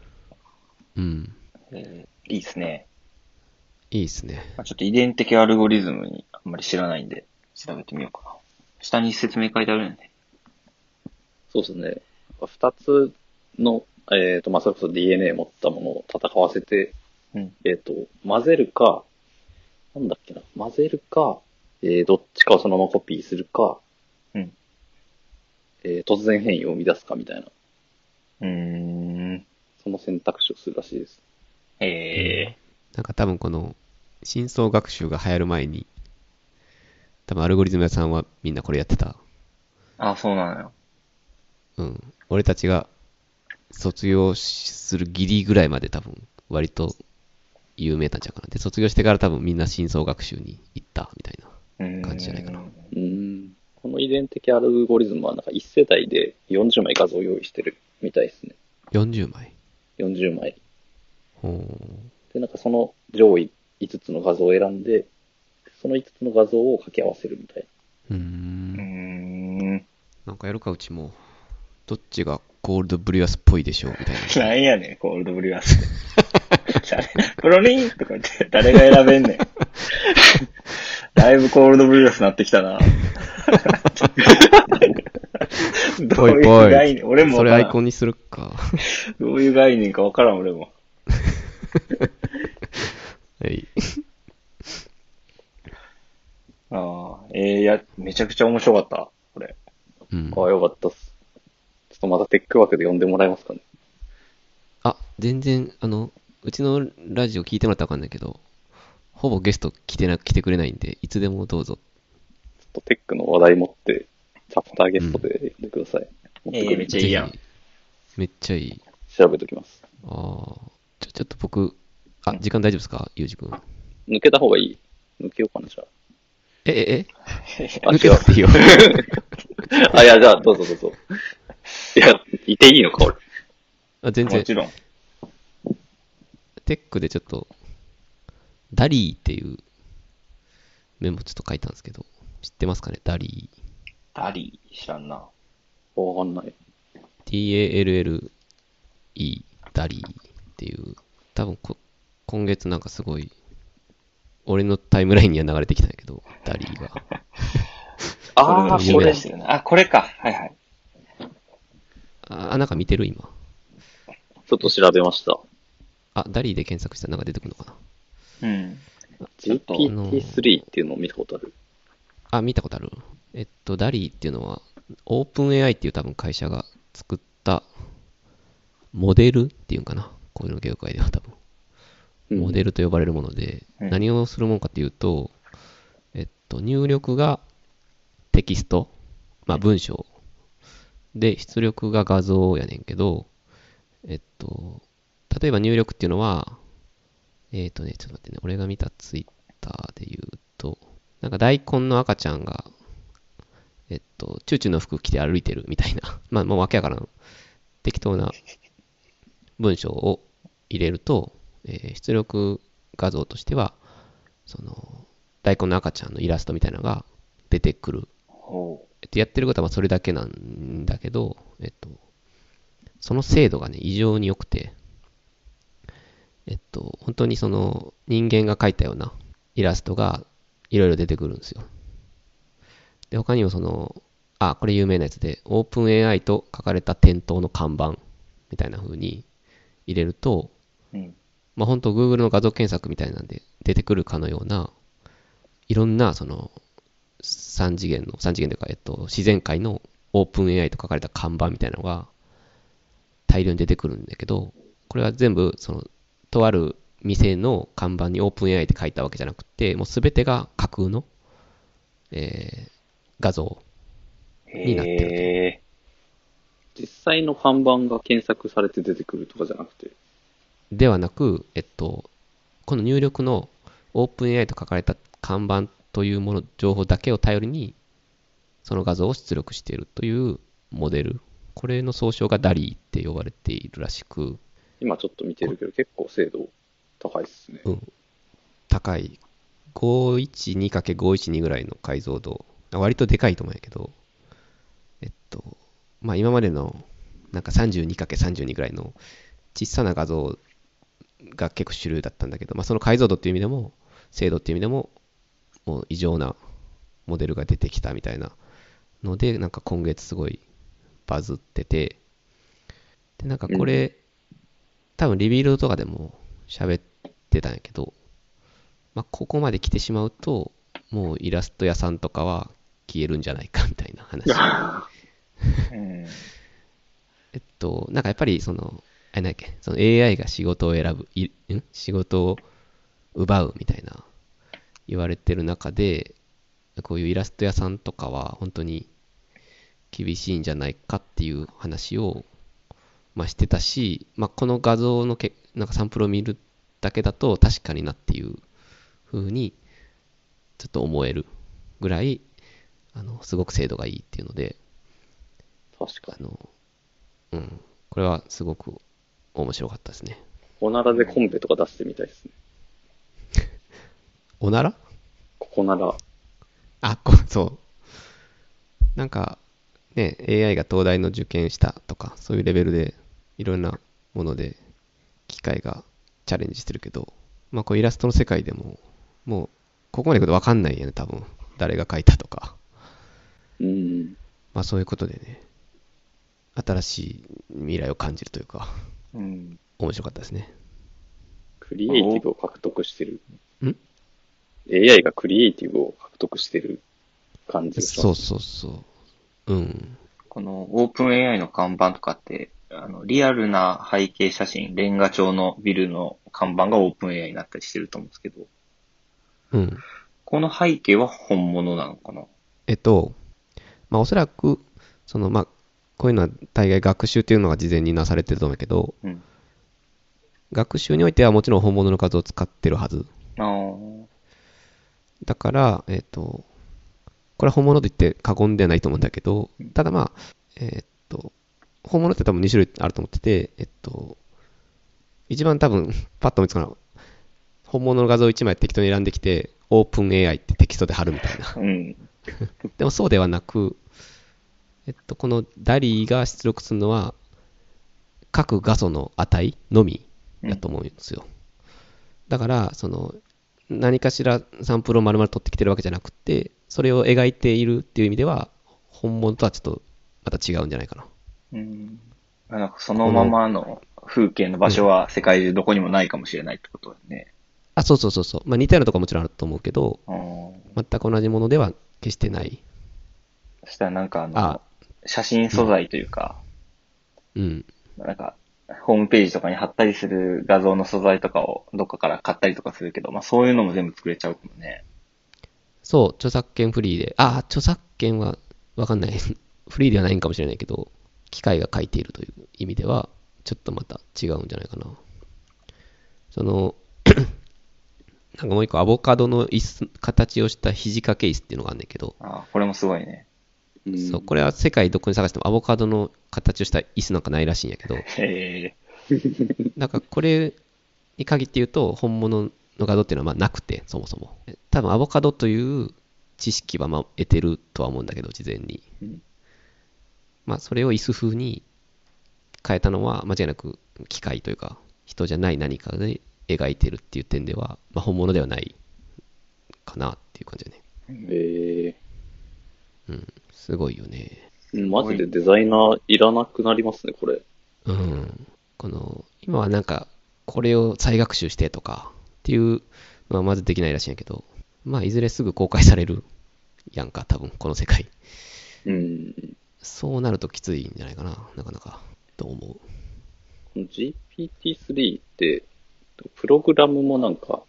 うん。い。えーいいですね。いいっすね。まあちょっと遺伝的アルゴリズムにあんまり知らないんで、調べてみようかな。下に説明書いてあるよね。そうですね。二つの、えっ、と、まあ、それこそ DNA 持ったものを戦わせて、うんえっ、と、混ぜるか、なんだっけな、混ぜるか、えーどっちかをそのままコピーするか、うんえー突然変異を生み出すかみたいな、うーん。その選択肢をするらしいです。えなんか多分この、真相学習が流行る前に、多分アルゴリズム屋さんはみんなこれやってた。ー、あ、そうなのよ。うん。俺たちが卒業するギリぐらいまで多分、割と有名なんちゃうかな。で、卒業してから多分みんな真相学習に行った、みたいな。うん。感じじゃないかなうーん。この遺伝的アルゴリズムはなんか一世代で40枚画像を用意してるみたいですね。 40枚。 40枚。ほで、なんかその上位5つの画像を選んで、その5つの画像を掛け合わせるみたいな。う。うーうーん。ん。なんかやるか、うちも。どっちがゴールドブリュアスっぽいでしょう、みたいな。なんやねん、コールドブリュアス。 誰プロリンとか言って、誰が選べんね ん。だいぶコールドブリュアスなってき たな。 どういう概念、俺もそわれかアらイんコンにするか。 どういう概念かわからん、俺も。はい。ああ、ええいや、めちゃくちゃ面白かった、これ。うん。ああ、よかったっす。ちょっとまたテックワークで呼んでもらえますかね。あ、全然、あの、うちのラジオ聞いてもらったらわかんないけど、ほぼゲスト来てな、来てくれないんで、いつでもどうぞ。ちょっとテックの話題持って、チャプターゲストで呼んでください。持ってくるんでめっちゃいいやんぜひ。めっちゃいい。調べときます。ああ。ちょ、ちょっと僕、あ、時間大丈夫ですかゆうじくん。抜けた方がいい。抜けようかな、じゃえ、え、えあ。抜けなくていいよ。あ、違うあ、いや、じゃあ、どうぞどうぞ。いや、いていいのか、俺。あ全も然ち、ろん。テックでちょっと、ダリーっていうメモちょっと書いたんですけど、知ってますかねダリー。ダリー、知らんな。わかんない。 DALLE、ダリーっていう、多分こ今月なんかすごい、俺のタイムラインには流れてきたんやけど、ダリーが。ああ、そこれれで。すよね。あ、これか。はいはい。あ、なんか見てる今。ちょっと調べました。あ、ダリーで検索したらなんか出てくるのかなうん。ちょっと GPT-3 っていうのを見たことある。あ、見たことある。えっと、ダリーっていうのは、オープン AI っていう多分会社が作った、モデルっていうんかな。こういうの業界では多分。モデル。ルと呼ばれるもので、うん何をするものかというと、えっと、入力がテキスト、まあ文章。で、出力が画像やねんけど、えっと、例えば入力っていうのは、えっとね、ちょっと待ってね、俺が見たツイッターで言うと、なんか大根の赤ちゃんが、えっと、チューチューの服着て歩いてるみたいな、 まあもうわけやからん、適当な文章を入れると、えー出力画像としては、その、大根の赤ちゃんのイラストみたいなのが出てくる。ほえっと、やってることはまあそれだけなんだけど、えっと、その精度がね、異常に良くて、えっと、本当にその人間が描いたようなイラストがいろいろ出てくるんですよ。で、他にもその、あ、これ有名なやつで、オープン AI と書かれた店頭の看板みたいな風に入れると、う。うん。まあ、本当 Google の画像検索みたいなんで出てくるかのような、いろんな、その、三次元の、三次元というか、えっと、自然界のオープン AI と書かれた看板みたいなのが、大量に出てくるんだけど、これは全部、その、とある店の看板に OpenAI って書いたわけじゃなくて、もうすべてが架空の、えー画像。になってるとへえ。実際の看板が検索されて出てくるとかじゃなくて。ではなく、えっと、この入力の OpenAI と書かれた看板というもの、情報だけを頼りに、その画像を出力しているというモデル。これの総称がダリーって呼ばれているらしく、今ちょっと見てるけど、結構精度高いっすね。うん、高い。512×512 ぐらいの解像度。あ割とでかいと思うんやけど、えっと、まあ今までのなんか 32×32 ぐらいの小さな画像が結構主流だったんだけど、まあその解像度っていう意味でも、精度っていう意味でも、もう異常なモデルが出てきたみたいなので、なんか今月すごいバズってて、で、なんかこれ、多分リビルドとかでも喋ってたんやけど、まあ、ここまで来てしまうと、もうイラスト屋さんとかは消えるんじゃないかみたいな話。うん。えっと、なんかやっぱりその、あれなんだっけ、その AI が仕事を選ぶ、いん仕事を奪うみたいな言われてる中で、こういうイラスト屋さんとかは本当に厳しいんじゃないかっていう話を、まあ、してたし、まあ、この画像のけなんかサンプルを見るだけだと確かになっていう風にちょっと思えるぐらいあのすごく精度がいいっていうので確かあの、うん、これはすごく面白かったですね。おならでコンペとか出してみたいですね。おならここなら、あ、こそう。なんか、ね、AI が東大の受験したとか、そういうレベルで、いろんなもので、機械がチャレンジしてるけど、まあ、こうイラストの世界でも、もう、ここまでいくと分かんないよね、多分。誰が描いたとか。うん。まあ、そういうことでね、新しい未来を感じるというか、うん。面白かったですね。クリエイティブを獲得してる。ん AI がクリエイティブを獲得してる感じがします。そうそうそう。うん。この OpenAI の看板とかって、あの、リアルな背景写真、レンガ調のビルの看板が OpenAI になったりしてると思うんですけど、うん。この背景は本物なのかなえっと、まあ、おそらく、その、まあ、こういうのは大概学習というのが事前になされてると思うんやけど、うん。学習においてはもちろん本物の画像を使ってるはず。あーだから、えっと、これは本物と言って過言ではないと思うんだけど、ただまあ、えっと、本物って多分2種類あると思ってて、えっと、一番多分、パッと思いつくのは、本物の画像を1枚適当に選んできて、オープン AI ってテキストで貼るみたいな。うん。でもそうではなく、えっと、このダリーが出力するのは、各画素の値のみだと思うんですよ。だから、その、何かしらサンプルを丸々取ってきてるわけじゃなくて、それを描いているっていう意味では、本物とはちょっとまた違うんじゃないかな。うん。なんかそのままの風景の場所は世界中どこにもないかもしれないってことだね。あ、そうそうそうそう。まあ似たようなとこはもちろんあると思うけど、あー全く同じものでは決してない。そしたらなんかあの、あ、写真素材というか、うん。なんか、ホームページとかに貼ったりする画像の素材とかをどっかから買ったりとかするけど、まあそういうのも全部作れちゃうかもね。そう、著作権フリーで。ああ、著作権はわかんない。 フリーではないんかもしれないけど、機械が書いているという意味では、ちょっとまた違うんじゃないかな。その、 なんかもう一個、アボカドの椅子形をした肘掛け椅子っていうのがあるんだけど、ああ、これもすごいね。うんそう、これは世界どこに探してもアボカドの形をした椅子なんかないらしいんやけど、へえ。なんかこれに限って言うと、本物の画像っていうのはまあなくて、そもそも。多分アボカドという知識はまあ得てるとは思うんだけど、事前に。うんまあそれを椅子風に変えたのは間違いなく機械というか、人じゃない何かで描いてるっていう点では、まあ本物ではないかなっていう感じだね。えうん。すごいよね。ー、マジでデザイナーいらなくなりますね、これ。うん、この今はなんかこれを再学習してとかっていうのはまずできないらしいんやけどまあいずれすぐ公開されるやんか多分この世界うん。そうなるときついんじゃないかななかなかと思う GPT-3 って、プログラムもなんか、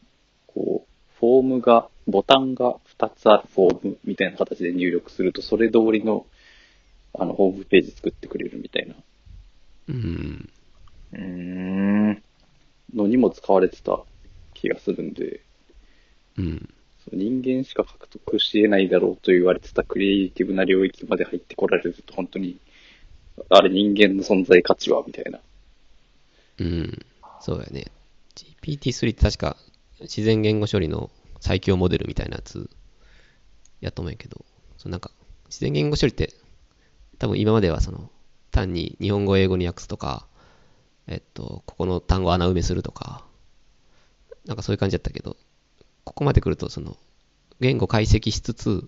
こう、フォームが、ボタンが2つあるフォームみたいな形で入力すると、それ通りの、あの、ホームページ作ってくれるみたいなうん。うーん。 のにも使われてた気がするんで、うん。その人間しか獲得し得ないだろうと言われてたクリエイティブな領域まで入ってこられると、本当に、あれ人間の存在価値は、みたいな。うん。そうだよね。GPT-3 って確か自然言語処理の最強モデルみたいなやつやと思うんやけど、そのなんか自然言語処理って多分今まではその単に日本語を英語に訳すとか、えっと、ここの単語を穴埋めするとか、なんかそういう感じだったけど、ここまで来るとその言語解析しつつ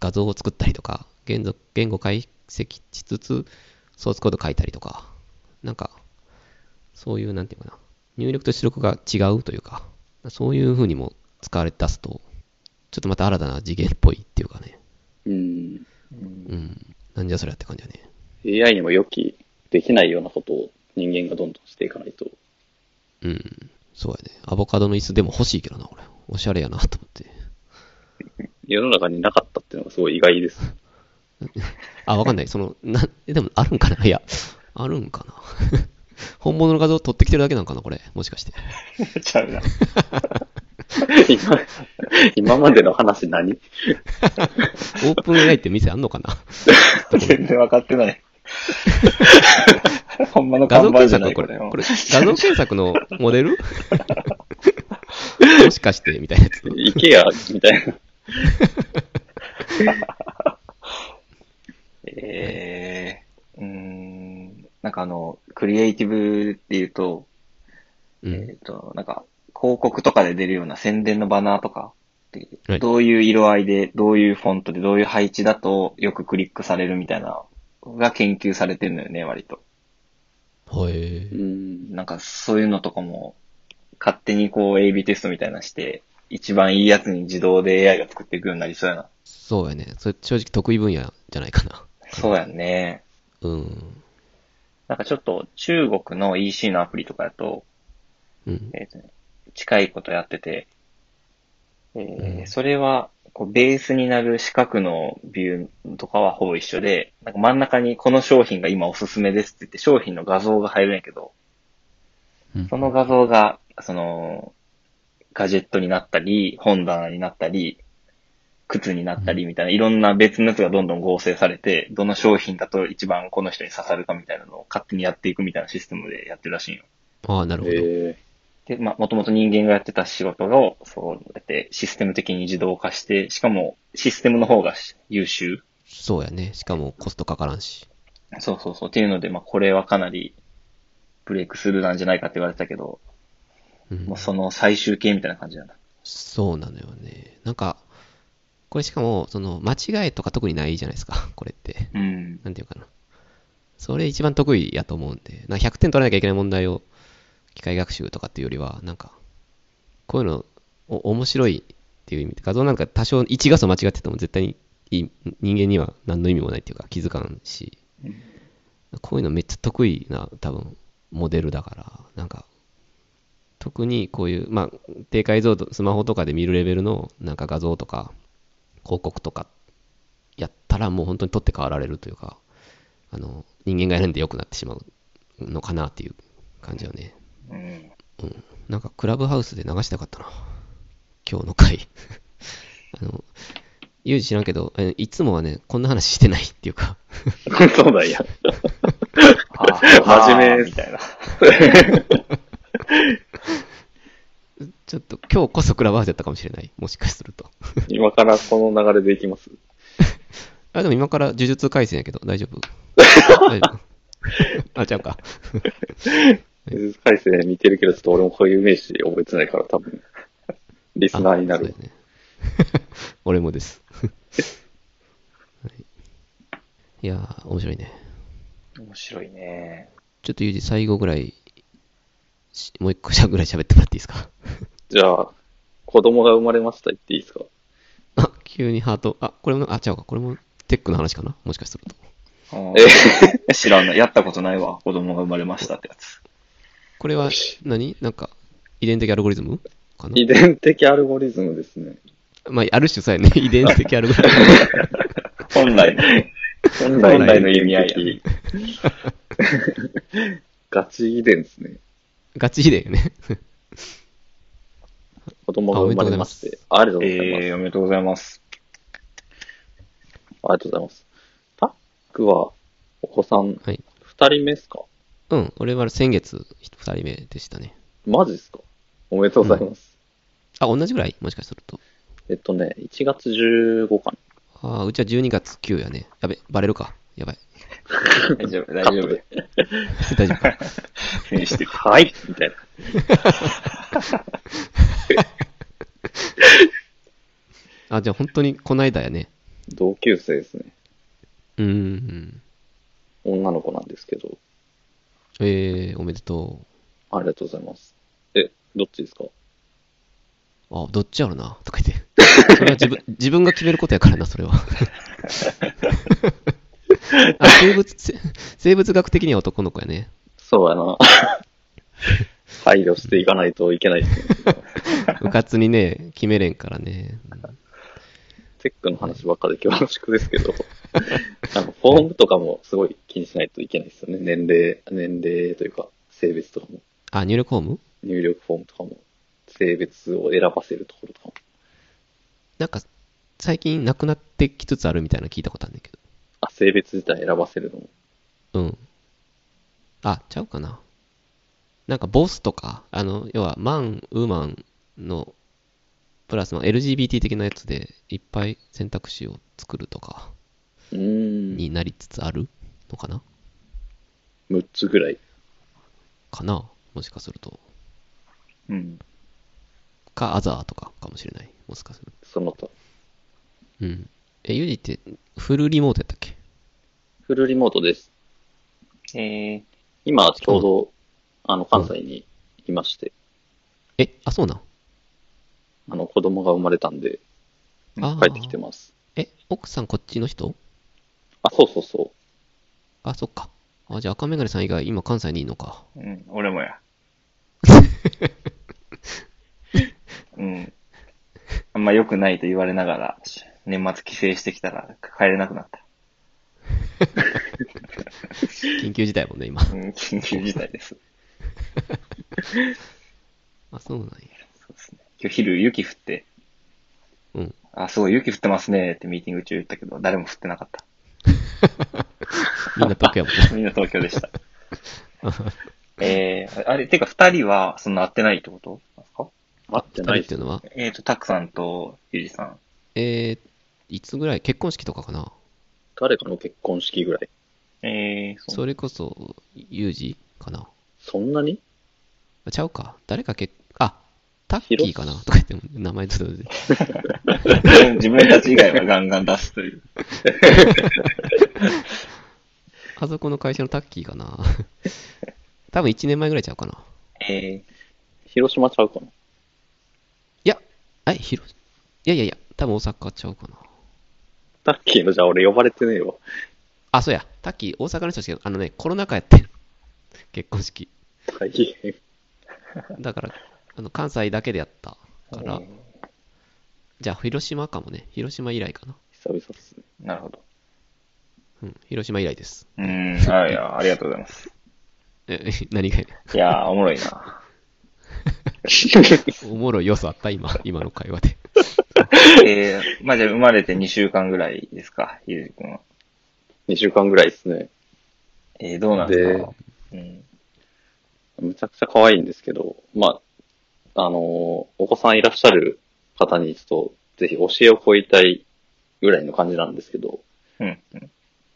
画像を作ったりとか、言語言語解析しつつソースコード書いたりとか、なんかそういう、なんていうかな、入力と出力が違うというか、そういう風にも使われ出すと、ちょっとまた新たな次元っぽいっていうかね、うん。うん、なんじゃそりゃって感じだね。 AI にも予期できないようなことを人間がどんどんしていかないと。うん、そうやね。アボカドの椅子でも欲しいけどな、俺。おしゃれやなと思って。世の中になかったっていうのがすごい意外です。 あ、わかんない。その、な、えでもあるんかないや、あるんかな。 本物の画像撮ってきてるだけなんかな、これ。もしかして。ちゃ うな。今、今までの話何オープン AI って店あんのかな全然分かってない。 ほんまの画看像板検じゃな索いこれ。うんこれ、画像検索のモ デルもしかして、みたいなやつ。 ?IKEA みたいな。えー、うーん、なんかあの、クリエイティブっていうと、うえん。っ、と、なんか、広告とかで出るような宣伝のバナーとかって、はいどういう色合いで、どういうフォントで、どういう配置だとよくクリックされるみたいな、が研究されてるのよね、割と。はうい。ん。なんか、そういうのとかも、勝手にこう、AB テストみたいなのして、一番いいやつに自動で AI が作っていくようになりそうやな。そうやね。それ正直得意分野じゃないかな。 そうやんね。うん。なんかちょっと、中国の EC のアプリとかだと、うん。えーとね、近いことやってて、えーうんそれは、こう、ベースになる四角のビューとかはほぼ一緒で、なんか真ん中にこの商品が今おすすめですって言って商品の画像が入るんやけど、その画像が、その、ガジェットになったり、本棚になったり、靴になったりみたいな、いろんな別のやつがどんどん合成されて、どの商品だと一番この人に刺さるかみたいなのを勝手にやっていくみたいなシステムでやってるらしいんよ。ああ、なるほど。えで、まあ、もともと人間がやってた仕事を、そうやってシステム的に自動化して、しかもシステムの方が優秀。そうやね。しかもコストかからんし。そうそうそう。っていうので、まあ、これはかなりブレイクスルーなんじゃないかって言われてたけど、うんもうその最終形みたいな感じだな。そうなのよね。なんか、これしかも、その、間違いとか特にないじゃないですか。 これって。うん。なんていうかな。それ一番得意やと思うんで。なんか100点取らなきゃいけない問題を、機械学習とかっていうよりは、なんか、こういうの、お面白いっていう意味で、画像なんか多少1画素間違ってても絶対にいい人間には何の意味もないっていうか気づかんし、こういうのめっちゃ得意な、多分、モデルだから、なんか、特にこういう、まあ、低解像度、スマホとかで見るレベルの、なんか画像とか、広告とか、やったらもう本当に取って代わられるというか、あの、人間が選んで良くなってしまうのかなっていう感じよね。うん。うん。なんか、クラブハウスで流したかったな。今日の回。 あの、ユージ知らんけど、えいつもはね、こんな話してないっていうか、ー、 そうだいや。ああ、真面目みたいな。ちょっと今日こそクラブハウスやったかもしれない。もしかすると。今からこの流れでいきます。あ、でも今から呪術回戦やけど、大丈夫大丈夫あ、ちゃうか。呪術改正見てるけど、ちょっと俺もこういう名詞覚えてないから、多分、リスナーになあるそう。だよね 俺もです。 はいいやー、面白いね。面白いね。ちょっとユージ最後ぐらい、しもう一個しゃぐらい喋ってもらっていいですか。 じゃあ、子供が生まれました言っていいですかあ、急にハート。あ、これも、あ、ちゃうか。これもテックの話かなもしかすると。あー え知らんな。やったことないわ。子供が生まれましたってやつ。これは何、なんか、遺伝的アルゴリズムかな遺伝的アルゴリズムですね。まあ、ある種さえね、 遺伝的アルゴリズム。 本来の。本来の来の意味合いや。ガチ遺伝ですね。ガチ遺伝よね。 子供が生まれまして。ありがとうございます。えー、おめでとうございます。ありがとうございます。タックは、お子さん、はい二人目ですかうん、俺は先月、二人目でしたね。マジですかおめでとうございます。あ、同じぐらいもしかすると。えっとね、1月15かああ、うちは12月9やね。やべ、バレるか。やばい。 大丈夫、大な。カ丈ット夫で。。大丈夫。選手的。はいみたいな。あ、じゃあ本当にこの間やね。同級生ですね。うーん。女の子なんですけど、えー、おめでとありがとうございます。え、どっちですかう。あ、どっちやろな、とか言って。それは自分、自分が決めることやからな、それは。 あ生物、せ生物学的には男の子やね。そうやな。 配慮していかないといけないですね。うかつにね、決めれんからね。テックの話ばっかで恐縮ですけど、あの、フォームとかもすごい気にしないといけないですよね。年齢、年齢というか、性別とかも、あ、入力フォーム入力フォームとかも、性別を選ばせるところとかも。なんか、最近なくなってきつつあるみたいなの聞いたことあるんだけど。あ、性別自体選ばせるのも。うん。あ、ちゃうかな。なんか、ボスとか、あの、要は、マン、ウーマンの、プラス、まあ LGBT 的なやつで、いっぱい選択肢を作るとか、うーん。になりつつあるのかな6つぐらい。かなもしかすると。うん。か、アザーとかかもしれない。もしかするその他。と。うん。え、ユージって、フルリモートやったっけフルリモートです。え今、ちょうど、あの、関西にいまして、え、あ、そうなんあの、子供が生まれたんで、あー帰ってきてます。え、奥さんこっちの人あ、そうそうそう。あ、そっか。あ、じゃあ赤メガネさん以外今関西にいるのか。ー、うん、俺 もや。うん。あんま良くないと言われながら、年末帰省してきたら帰れなくなった。緊急事態もんね、今。うん、緊急事態です。あ、そうなんや。そうですね。今日昼雪降って、うん。あ、すごい雪降ってますねってミーティング中言ったけど、誰も降ってなかった。みんな得や もんね。みんな東京でした。えー、あれ、てか二人はそんな会ってないってことなんですか待って二ない人っってすいうのは、えっ、ー、と、タクさんとゆりさん。えー、いつぐらい結婚式とかかな誰かの結婚式ぐらい。えー、それこそ、ユージかなそんなにあちゃうか。誰か結、あ、タッキーかなとか言っても、名前ちょっと出て、う。自分たち以外はガンガン出すという。あそこの会社のタッキーかな多分1年前ぐらいちゃうかな。え広島ちゃうかな。いや、え、広、いやいやいや、多分大阪ちゃうかな。タッキーのじゃあ俺呼ばれてねえわ。あ、そうや。タッキー大阪の人しか、あのね、コロナ禍やってん結婚式。大変。だから、あの関西だけでやったー、から、じゃあ広島かもね。広島以来かな。久々っ すね。なるほど。うん、広島以来です。うーん、あいや、ありがとうございます。え、 何がやねいやー、おもろいな。んおもろい要素あった今、 今の会話で。えー、まあじゃあ生まれて2週間ぐらいですか、ゆりくんは。 2週間ぐらいですね。えー、どうなんですかうん。むちゃくちゃ可愛いんですけど、まあ、あのーお子さんいらっしゃる方にちょっと、ぜひ教えを超えたいぐらいの感じなんですけど、うん。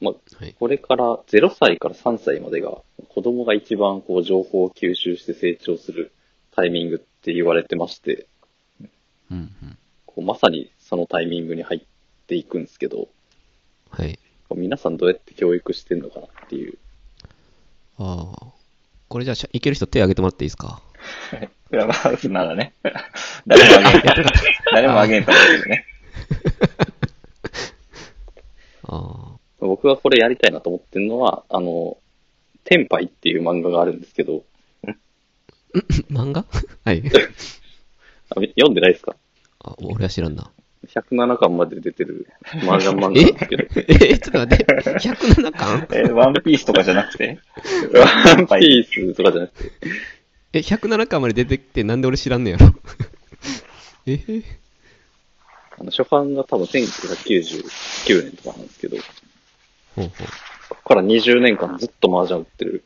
はい。これから0歳から3歳までが、子供が一番こう情報を吸収して成長するタイミングって言われてまして、うんうん。こうまさにそのタイミングに入っていくんですけど、はい。こう皆さんどうやって教育してんのかなっていう。ああ。これじゃあしゃ、いける人手挙げてもらっていいですかクラブハウスならね。 誰もあげんと。誰もあげんと思うけどね。ああ。 僕がこれやりたいなと思ってるのは、あの、テンパイっていう漫画があるんですけど、漫画はい。あみ読んでないですか あ、俺は知らんな。 ?107 巻まで出てるマージャン漫画なんですけど、 え、ちょっと待って、107巻えーワンピースとかじゃなくてワンピースとかじゃなくて、え、107巻まで出てきて、なんで俺知らんの やろえーあの初版が多分1999年とかなんですけど、こほうほう。こから20年間ずっとマージャン売ってる。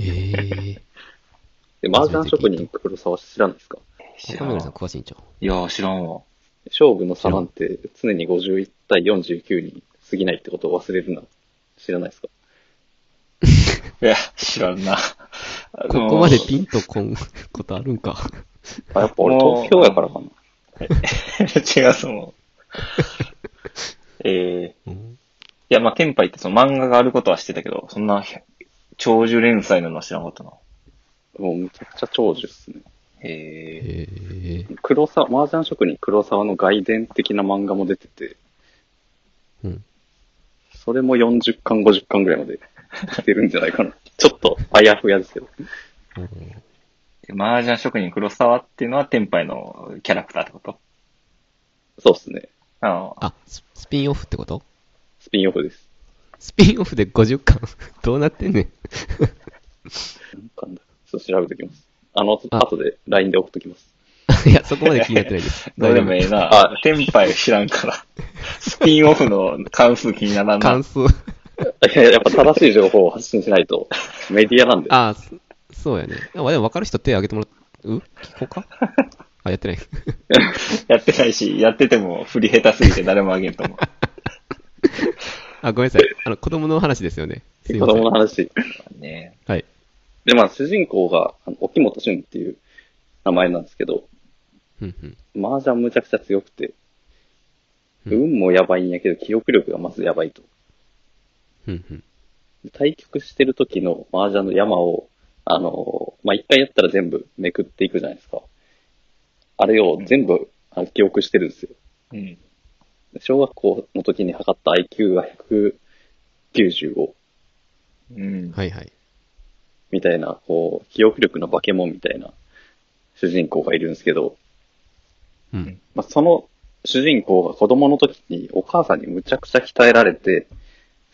えー。で、マージャン職人黒沢知らないですか知ら赤ん村さんわ。詳しいんちゃういやー、知らんわ。勝負の差なんて常に51対49に過ぎないってことを忘れるな。知らないですかいや、知らんな。ここま でピンとこん ことあるんか。あ、やっぱ俺東京やからかな。違う、その。えー、うんいや、まあ、ケンパイってその漫画があることは知ってたけど、そんな、長寿連載なのは知らなかったな。もうむちゃくちゃ長寿っすね。えー、えー。黒沢、麻雀職人黒沢の外伝的な漫画も出てて、うん。それも40巻、50巻ぐらいまで来てるんじゃないかな。 ちょっとあやふやですけど。うん麻雀職人黒沢っていうのはテンパイのキャラクターってことそうっすね。あの、あ、ススピンオフってことスピンオフです。スピンオフで50巻 どうなってんねん。なんかだちょっと調べておきます。あの、あ後で LINE で送っときます。いや、そこまで気になってないです。どうでもええなあ。テンパイ知らんから。スピンオフの関数気にならんな感。想。い や、やっぱ正しい情報を発信しないと、メディアなんで。あ、そそうやね。あまあでも分かる人手挙げてもらう聞こうかあ、やってない。やってないし、やってても振り下手すぎて誰もあげんと思う。あ、ごめんなさい。あの、子供の話ですよね。すい子ません供の話。ねはい。で、まあ、主人公が、あの沖本俊っていう名前なんですけど、うんうん。麻雀むちゃくちゃ強くて、うん運もやばいんやけど、記憶力がまずやばいと。うんうん。対局してる時の麻雀の山を、あのーまあ、一回やったら全部めくっていくじゃないですか。あれを全部、あの記憶してるんですよ。うん。小学校の時に測った IQ が195うん。はいはい。みたいな、こう、記憶力の化け物みたいな主人公がいるんですけど、うん。まあ、その主人公が子供の時にお母さんにむちゃくちゃ鍛えられて、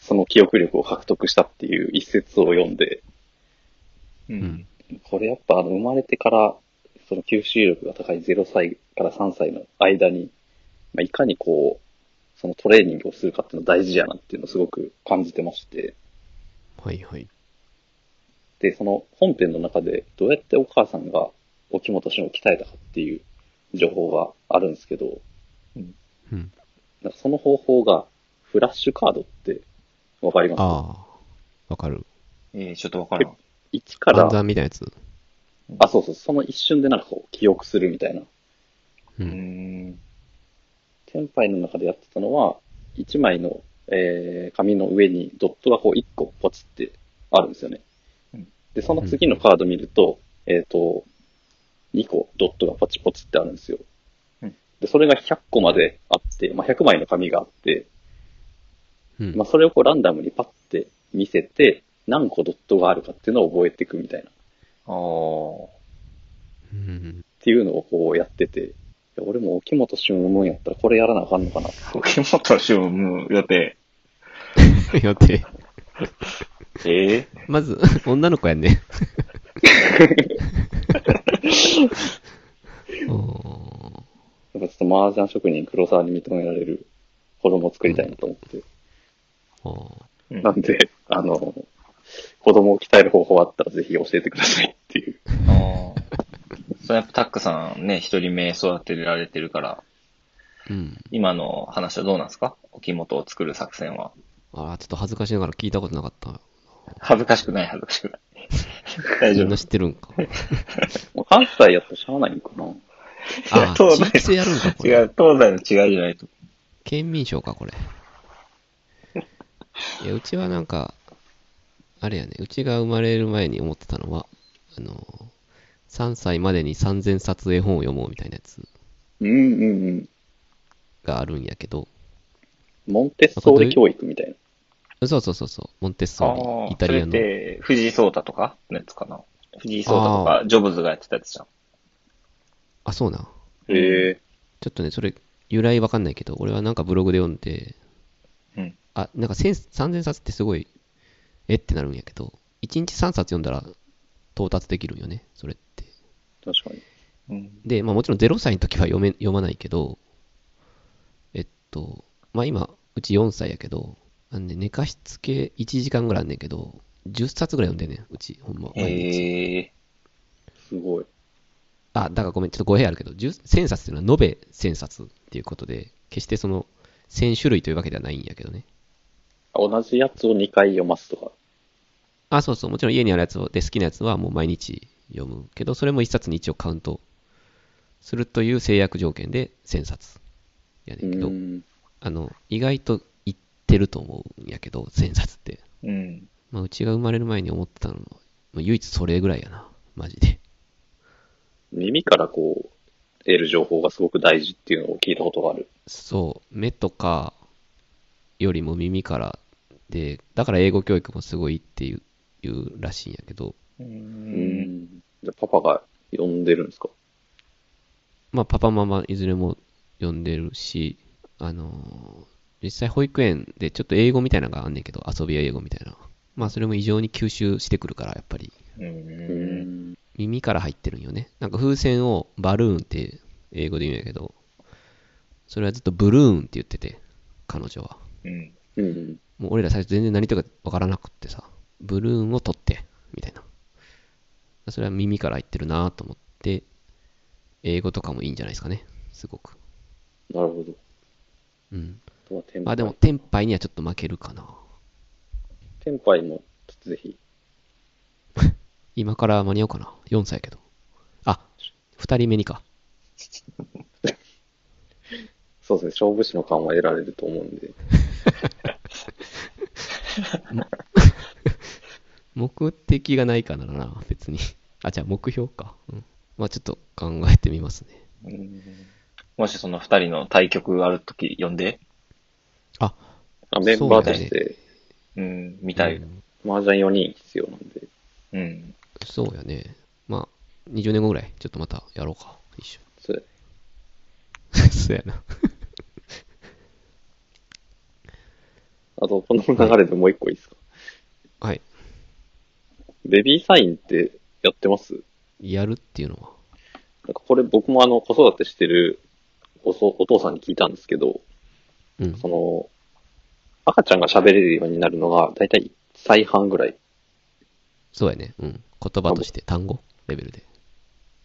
その記憶力を獲得したっていう一節を読んで、ううんん。。これやっぱあの生まれてから、その吸収力が高い0歳から3歳の間に、まあ、いかにこう、そのトレーニングをするかっていうのは大事やなっていうのをすごく感じてまして、はいはい。で、その本編の中でどうやってお母さんが沖本俊を鍛えたかっていう情報があるんですけど、うん。なんかその方法がフラッシュカードってわかりますああ。わかる。えー、ちょっとわからん。 ?1 か暗ら、算みたいなやつ。あ、そうそう、その一瞬でなんかこう記憶するみたいなう。うんん。先輩の中でやってたのは、1枚の、えー紙の上にドットがこう1個ポチってあるんですよねうん。で、その次のカード見ると、えっ、と、2個ドットがポチポチってあるんですようん。で、それが100個まであって、まあ、100枚の紙があって、うんまあ、。それをこうランダムにパッて見せて、何個ドットがあるかっていうのを覚えていくみたいな、っあー。うん。 ていうのをこうやってて、いや俺も沖本俊生むんやったらこれやらなあかんのかな沖本俊む予定。予定。ええまず、女の子やんね。おーやっぱちょっと麻雀職人黒沢に認められる子供を作りたいなと思って。おーうんなんで、あの、子供を鍛える方法あったらぜひ教えてくださいっていう。あーそれやっぱタックさんね、一人目育てられてるから、うん。今の話はどうなんですか沖本を作る作戦は。ああ、ちょっと恥ずかしながら聞いたことなかった。恥ずかしくない、恥ずかしくない。大み丈ん夫な。知ってるん か。もう関西やったらしゃあないんかな。やああ、そうなんや地域性やるんか、こ違れ。う、東西の違いじゃないと。県民賞 か、これ。いや、うちはなんか、あれやね、うちが生まれる前に思ってたのは、あの、3歳までに3000冊絵本を読もうみたいなやつうんうんうん。があるんやけど、モンテッソーリ教育みたいな。そうそうそうそう、モンテッソーリ、イタリアその。れって、藤井聡太とかのやつかな。藤井聡太とか、ジョブズがやってたやつじゃん。あ、そうな。うんえちょっとね、それ、由来わかんないけど、俺はなんかブログで読んで、うんあ、なんか千3000冊ってすごい、えってなるんやけど、1日3冊読んだら到達できるんよね、それって。ー、確かに。うん。で、まあもちろん0歳の時は読め、読まないけど、えっと、まあ今、うち4歳やけど、あのね、寝かしつけ1時間ぐらいあんねんけど、10冊ぐらい読んでんねん、うち、ほんま。毎日へえすごい。あ、だからごめん、ちょっと語弊あるけど、10 1000冊っていうのは延べ1000冊っていうことで、決してその、1000種類というわけではないんやけどね。同じやつを2回読ますとか。あ、そうそう、もちろん家にあるやつをで好きなやつはもう毎日読むけど、それも1冊に一応カウントするという制約条件で1000冊やねんけど、うんあの、意外といってると思うんやけど、1000冊って。うん。まあ、うちが生まれる前に思ってたのは、まあ唯一それぐらいやな、マジで。耳からこう、得る情報がすごく大事っていうのを聞いたことがある。そう、目とかよりも耳からで、だから英語教育もすごいっていう言うらしいんやけど、う。うんん。じゃあパパが読んでるんですかまあ、パパママいずれも呼んでるし、あのー実際保育園でちょっと英語みたいなのがあんねんけど、遊びや英語みたいな。まあ、それも異常に吸収してくるから、やっぱり。う。。うん耳から入ってるんよね。なんか風船をバルーンって英語で言うんやけど、それはずっとブルーンって言ってて、彼女は。うん。うん。もう俺ら最初全然何とかわからなくってさ、ブルーンを取って、みたいな。それは耳から入ってるなと思って、英語とかもいいんじゃないですかね、すごく。なるほど。うん。あとはテンパまイあでも、テンパイにはちょっと負けるかな。テンパイも、ちょっとぜひ。今から間に合うかな。4歳やけど。あ、2人目にか。そうですね、勝負師の感は得られると思うんで。目的がないからな、別に。あ、じゃあ目標か。うん。まあちょっと考えてみますね。うんもしその二人の対局があるとき呼んで、あ、あメンバーとして、うん、見たい。うん麻雀4人必要なんで。うん。そうやね。まあ、20年後ぐらい、ちょっとまたやろうか、一緒に。それ そうやな。あと、この流れでもう一個いいですか。はい。ベビーサインってやってますやるっていうのは。なんかこれ僕もあの、子育てしてるおそお父さんに聞いたんですけど、うん。その、赤ちゃんが喋れるようになるのが、だいたい1歳半ぐらい。そうやね。うん。言葉として単語レベルで。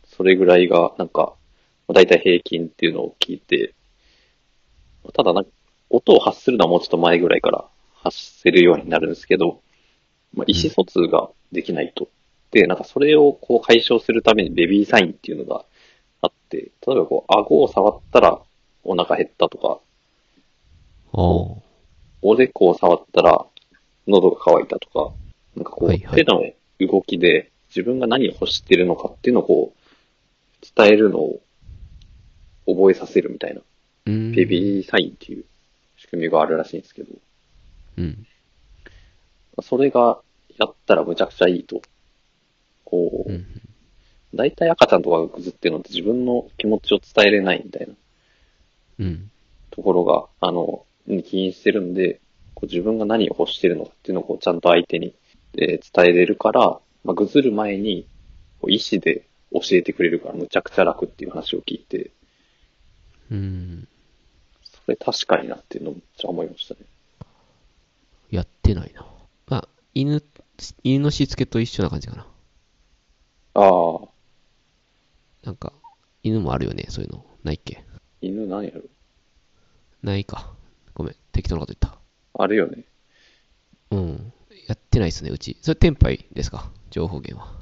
それぐらいが、なんか、だいたい平均っていうのを聞いて、ただなんか、音を発するのはもうちょっと前ぐらいから発せるようになるんですけど、まあ、意思疎通ができないと。で、なんかそれをこう解消するためにベビーサインっていうのがあって、例えばこう、顎を触ったらお腹減ったとか、おーおでこを触ったら喉が渇いたとか、なんかこう、はいはい手の動きで自分が何を欲してるのかっていうのをこう、伝えるのを覚えさせるみたいな、うん。ベビーサインっていう仕組みがあるらしいんですけど、うん。それがやったらむちゃくちゃいいと。こうう、ん。大体赤ちゃんとかがぐずってるのって自分の気持ちを伝えれないみたいなうん。ところが、あの、に起因してるんで、こう自分が何を欲してるのかっていうのをこうちゃんと相手に、えー伝えれるから、まあ、ぐずる前に、こう意思で教えてくれるからむちゃくちゃ楽っていう話を聞いて、うん。それ確かになっていうのをめっちゃ思いましたね。やってないな。まあ、犬、犬のしつけと一緒な感じかな。ああ、なんか、犬もあるよね、そういうの。ないっけ犬何やろないか。ごめん、適当なこと言っあるよね。た。うん。やってないっすね、うち。それ、テンパイですか情報源は。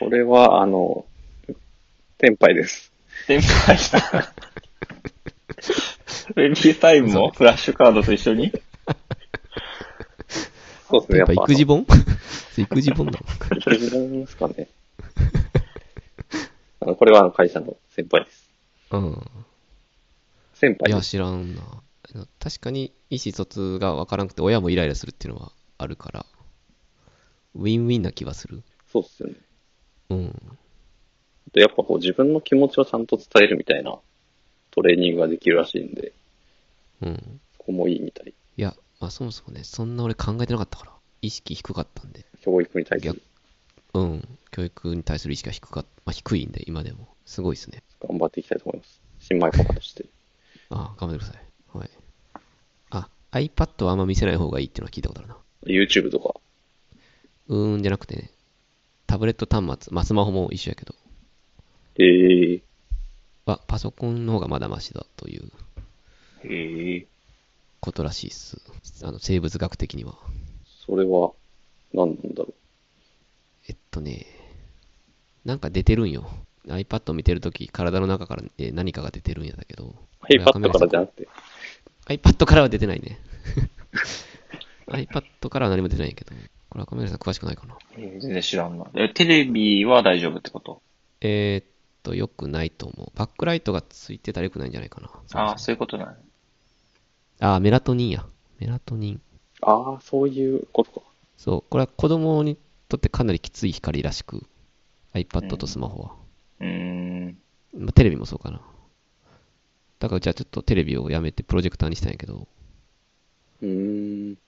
これは、あの、天杯です。先輩さん。ベビータイムもフラッシュカードと一緒にそうですテね、ンやパっぱイ。育児本 それ育児本なの育児本ですかね。 あのこれはあの会社の先輩です。うん。先い輩や、です。知らんな。あの確かに意思疎通がわからなくて、親もイライラするっていうのはあるから、ウィンウィンな気はする。そうっすよね。うん。で、やっぱこう自分の気持ちをちゃんと伝えるみたいなトレーニングができるらしいんで、うん。ここもいいみたい。いや、まあそもそもね、そんな俺考えてなかったから、意識低かったんで。教育に対して逆うん。教育に対する意識が低かっまあ低いんで、今でも。すごいですね。頑張っていきたいと思います。新米パパとして。ああ、頑張ってください。はい。あ、iPad はあんま見せない方がいいっていうのは聞いたことあるな。 YouTube とか。うーんじゃなくてね、タブレット端末、まあスマホも一緒やけど、えー、はパソコンの方がまだマシだというへえ。ことらしいっす。あの、生物学的には。それは何なんだろえっとね、なんか出てるんよ。iPad を見てるとき、体の中から、ね、何かが出てるんやだけど。う。iPad からじゃななくて。 iPad からは出てないね。iPad からは何も出てないんやけど。これはカメラさん詳しくないかな。えー全然知らんな。え、テレビは大丈夫ってことえーっと、よくないと思う。バックライトがついてたらよくないんじゃないかな。ああ、そういうことなの。あー、メラトニンや。メラトニン。ああ、そういうことか。そう、これは子供にとってかなりきつい光らしく、iPad とスマホは。うーん。まあ、テレビもそうかな。だからじゃあちょっとテレビをやめてプロジェクターにしたんやけど。うーん。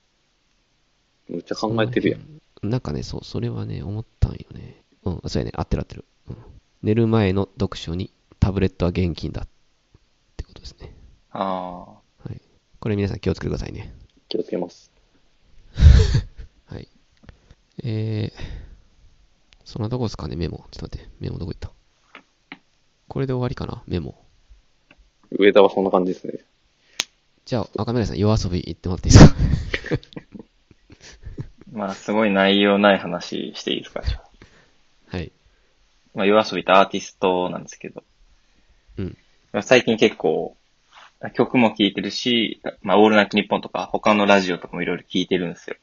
むっちゃ考えてるやん。ん。なんかね、そう、それはね、思ったんよね。うん、そうやね、合ってる合ってる。うん、寝る前の読書にタブレットは現金だってことですね。ああ。はい。これ皆さん気をつけてくださいね。気をつけます。はい。えー、そんなとこですかね、メモ。ちょっと待って、メモどこ行ったこれで終わりかな、メモ。上田はそんな感じですね。じゃあ、赤嶺さん、夜遊び行ってもらっていいですか まあ、すごい内容ない話していいですかじゃあはい。まあ、夜遊びってアーティストなんですけど。うん。最近結構、曲も聴いてるし、まあ、オールナイトニッポンとか、他のラジオとかもいろいろ聴いてるんですよ。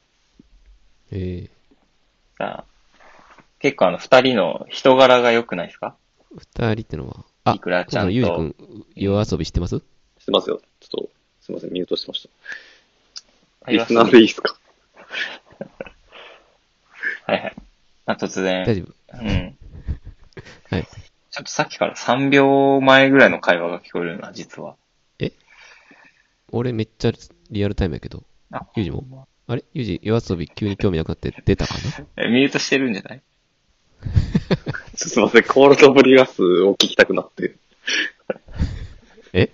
えさあ、結構あの、二人の人柄が良くないですかー、二人ってのは、あ、いくらちゃんとゆうじくん、夜遊び知ってますしてますよ。ちょっと、すいません、ミュートしてましあた。りリますスナーでいいですかはいはい。まあ、突然。大丈夫。うん。はい。ちょっとさっきから3秒前ぐらいの会話が聞こえるな、実は。俺めっちゃリアルタイムやけど。あゆうじもあれゆうじ、夜遊び急に興味なくなって出たかなえ、ミュートしてるんじゃないちょっとすいません、コールドブリガスを聞きたくなって。え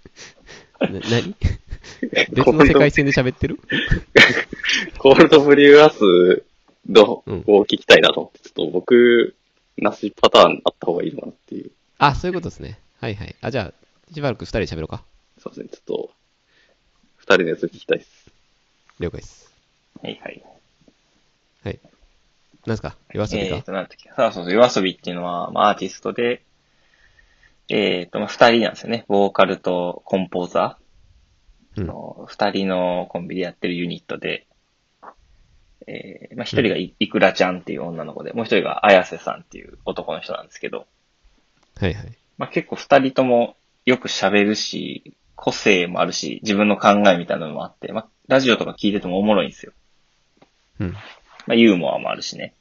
な、な に別の世界線で喋ってるコールドブリガスのうんを聞きたいなと思って、ちょっと僕、なしパターンあった方がいいのかなっていう。あ、そういうことですね。はいはい。あ、じゃあ、しばらく二人で喋ろうか。すいません、ちょっと、二人のやつ聞きたいです。了解です。はいはい。はい。なんすか夜遊びえか、っ、ー、と、なんだっけ。そうそうそう、夜遊びっていうのは、まあ、アーティストで、えっ、と、まあ、二人なんですよね。ボーカルとコンポーザうーん。の二人のコンビでやってるユニットで、えー、まあ、一人がいいくらちゃんっていう女の子で、もう一人が綾瀬さんっていう男の人なんですけど、はいはい。まあ、結構二人ともよく喋るし、個性もあるし、自分の考えみたいなのもあって、まあ、ラジオとか聞いててもおもろいんですよ。うん。まあ、ユーモアもあるしね。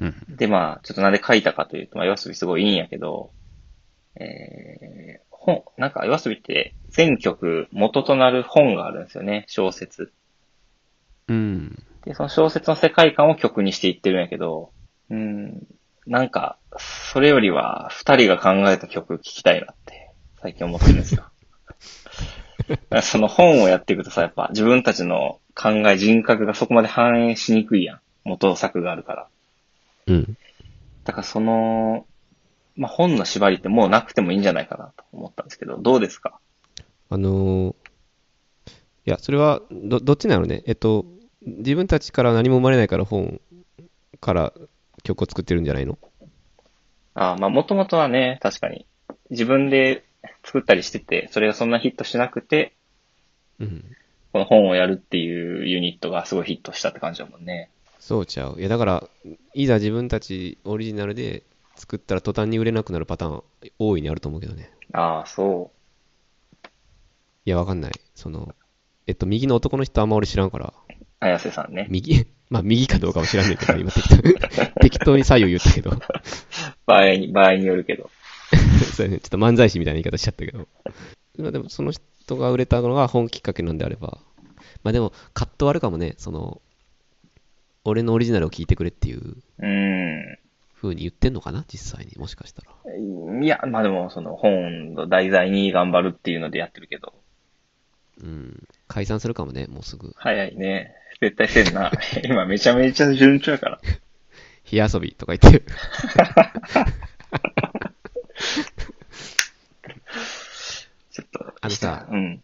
うん。で、まあ、ちょっとなんで書いたかというと、まあ、夜遊びすごいいいんやけど、えー、本、なんか夜遊びって全曲元となる本があるんですよね、小説。うん。で、その小説の世界観を曲にしていってるんやけど、うん、なんか、それよりは二人が考えた曲聞きたいなって、最近思ってるんですよ。だからその本をやっていくとさ、やっぱ自分たちの考え、人格がそこまで反映しにくいやん。元作があるから。うん。だからその、まあ、本の縛りってもうなくてもいいんじゃないかなと思ったんですけど、どうですかあのーいや、それは、ど、どっちなのね。えっと、自分たちから何も生まれないから本から曲を作ってるんじゃないのああ、まあ、もともとはね、確かに、自分で作ったりしてて、それがそんなヒットしなくて、うん。この本をやるっていうユニットがすごいヒットしたって感じだもんね。そうちゃう。いや、だから、いざ自分たちオリジナルで作ったら途端に売れなくなるパターン、大いにあると思うけどね。ああ、そいや、わかんない。その、えっと、右の男の人あんま俺知らんから、う。綾瀬さんね。右、 まあ、右かどうかは知らないけど、今適当適当に 左右言ったけど。 場合に、場合によるけど。そうやね、ちょっと漫才師みたいな言い方しちゃったけど。まあでも、その人が売れたのが本きっかけなんであれば。まあでも、カットはあるかもね、その、俺のオリジナルを聞いてくれっていううん。風に言ってんのかな、実際に。もしかしたら。いや、まあでも、その本の題材に頑張るっていうのでやってるけど、うん。解散するかもね、もうすぐ。早いね。絶対せんな。 今めちゃめちゃ順調やから。火遊びとか言って。 ちょっと。あのさうん。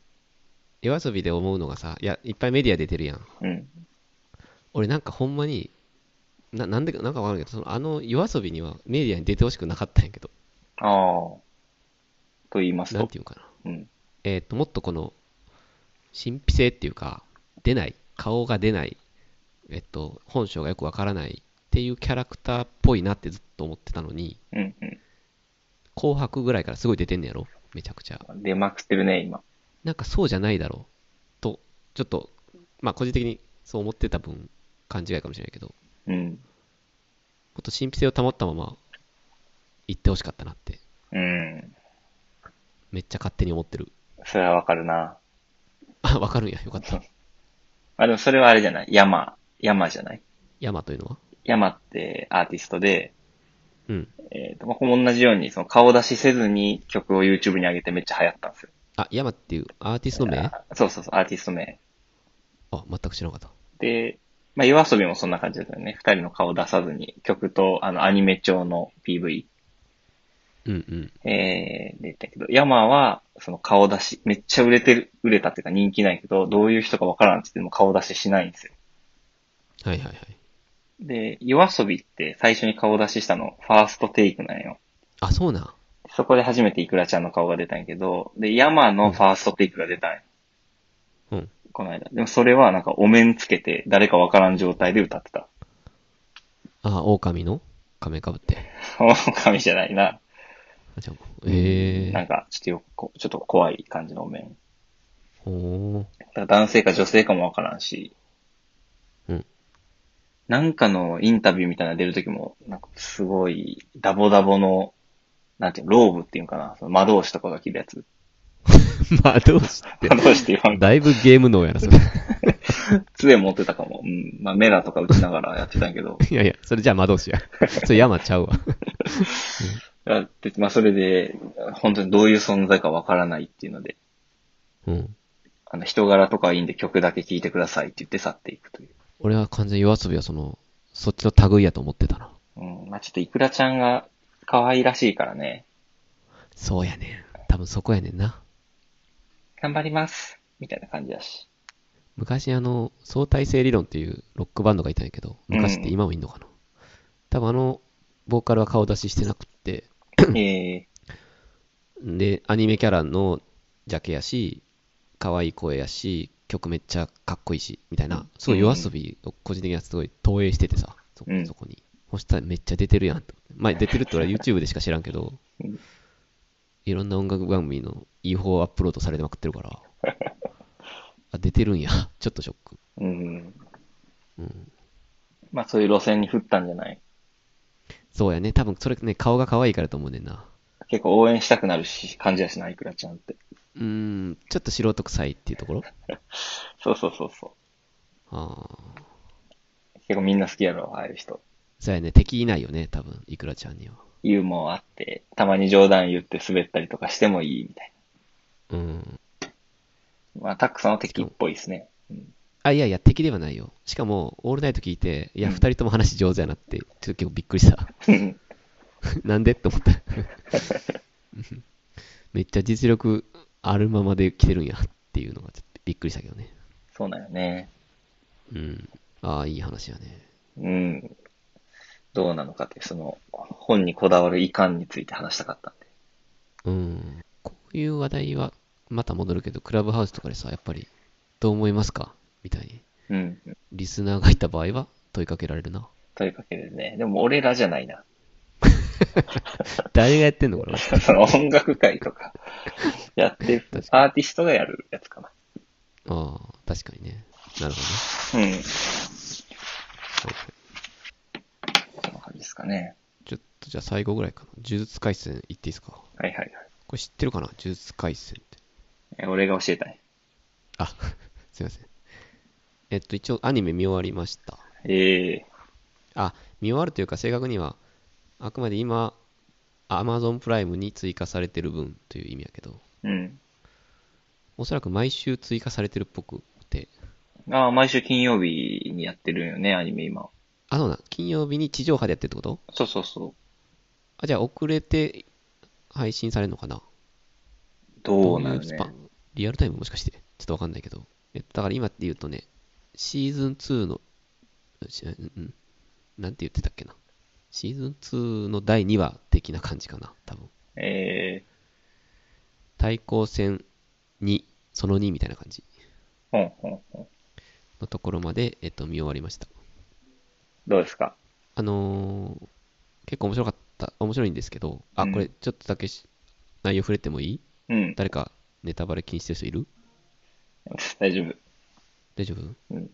夜遊びで思うのがさ、いや、いっぱいメディア出てるやん。うん。俺なんかほんまに、ななんでか、なんかわからんけど、そのあの夜遊びにはメディアに出てほしくなかったんやけど、ああ。と言いますなんとて。いうのかな。うん。えっ、と、もっとこの、神秘性っていうか、出ない、顔が出ない、えっと、本性がよくわからないっていうキャラクターっぽいなってずっと思ってたのに、うん。うん紅白ぐらいからすごい出てんねやろめちゃくちゃ。出まくってるね、今。なんかそうじゃないだろうと、ちょっと、まあ個人的にそう思ってた分、勘違いかもしれないけど、もうん。っと神秘性を保ったまま、行ってほしかったなって、うん。めっちゃ勝手に思ってる。 それはわかるな。あ、わかるんや。よかった。あ、でもそれはあれじゃない。山。山じゃない。山というのは山ってアーティストで、うん。えっ、と、まあ、これも同じように、その顔出しせずに曲を YouTube に上げてめっちゃ流行ったんですよ。あ、山っていうアーティスト名あ、そうそうそう、アーティスト名。全く知らなかった。で、まあ、夜遊びもそんな感じだったよね。二人の顔出さずに、曲と、あの、アニメ調の PV、うんうん。えー、出たけど、山は、その顔出し、めっちゃ売れてる、売れたっていうか人気ないけど、どういう人かわからんって言っても顔出ししないんですよ。はいはいはい。で、夜遊びって最初に顔出ししたの、ファーストテイクなんよ。あ、そうなん。そこで初めてイクラちゃんの顔が出たんやけど、で、山のファーストテイクが出たんや。うん。この間。でもそれはなんかお面つけて、誰かわからん状態で歌ってた。 あ、狼の仮面かぶって。狼じゃないな。あじゃあえなんか、ちょっとよこちょっと怖い感じのお面。ー。おー。 だから男性か女性かもわからんし。うん。なんかのインタビューみたいなの出るときも、なんかすごい、ダボダボの、なんていうの、ローブっていうのかな。その魔導士とかが着るやつ。まあ、どうしって魔。導士って言わんか。だいぶゲーム脳やな、それ。 杖持ってたかも。うん。まあメラとか打ちながらやってたんやけど。いやいや、それじゃあ魔導士や。それ山ちゃうわ。やっててまあそれで、本当にどういう存在かわからないっていうので、うん。あの、人柄とかはいいんで曲だけ聴いてくださいって言って去っていくという。俺は完全に夜遊びはその、そっちの類やと思ってたな。うん。まあちょっとイクラちゃんが可愛らしいからね、そうやねん。多分そこやねんな。頑張りますみたいな感じだし。昔あの、相対性理論っていうロックバンドがいたんやけど、昔って今もいんのかな。多分あの、ボーカルは顔出ししてなくって、 えで、アニメキャラのジャケやし、可愛い声やし、曲めっちゃかっこいいし、みたいな、すごい夜遊びを個人的にはすごい投影しててさ、そこうんそこに。そしたらめっちゃ出てるやんと。まあ出てるって俺は YouTube でしか知らんけどうん、いろんな音楽番組の違法アップロードされてまくってるから、あ、出てるんや。ちょっとショック。えうん。うん。まあそういう路線に振ったんじゃないそうやね。多分それね、顔が可愛いからと思うねんな。結構応援したくなるし、感じだしな、イクラちゃんって。うーん、ちょっと素人臭いっていうところそうそうそうそああ。う。結構みんな好きやろ、ああいう人。そうやね。敵いないよね、多分、いくらちゃんには。ユーモアあって、たまに冗談言って滑ったりとかしてもいいみたいうん。な。まあタックさんは敵っぽいですね。うん。あ、いやいや、敵ではないよ。しかも、オールナイト聞いて、いや、うん二人とも話上手やなって、ちょっと結構びっくりした。 なんでって思った。 めっちゃ実力あるままで来てるんやっていうのがちょっとびっくりしたけどね。そうなんよね。うん。ああ、いい話やね。うん。どうなのかって、その、本にこだわる遺憾について話したかったんで。うん。こういう話題は、また戻るけど、クラブハウスとかでさ、やっぱり、どう思いますかみたいに。うん。リスナーがいた場合は、問いかけられる な。というわけでね、でも俺らじゃないな。誰がやってんのこれ。その音楽会とか、やってる確かアーティストがやるやつかな。ああ、確かにね。なるほどね。うん。かね。ちょっとじゃあ最後ぐらいかな。呪術廻戦行っていいですか。はいはいはい。これ知ってるかな呪術廻戦って。え俺が教えたい。あ、 すいません。えっと、一応アニメ見終わりました。ええあ、見終わるというか正確には、あくまで今、Amazon プライムに追加されてる分という意味やけど、うん。おそらく毎週追加されてるっぽくて、ああ、毎週金曜日にやってるよね、アニメ今。あ、そうだ、金曜日に地上波でやってるってことそうそうそあ、じゃあ遅れて配信されるのかなう。どうなるどいス。ねパンリアルタイムもしかしてちょっとわかんないけど。えっとだから今って言うとね、シーズン2の、しうんうん、なんて言ってたっけな。シーズン2の第2話的な感じかな、多分。え対抗戦2、その2みたいな感じえほんほんほん。のところまで、えっと、見終わりました。どうですかあのー結構面白かった、面白いんですけど、あ、うんこれちょっとだけし内容触れてもいいうん。誰かネタバレ気にしてる人いる大丈夫。大丈夫うん。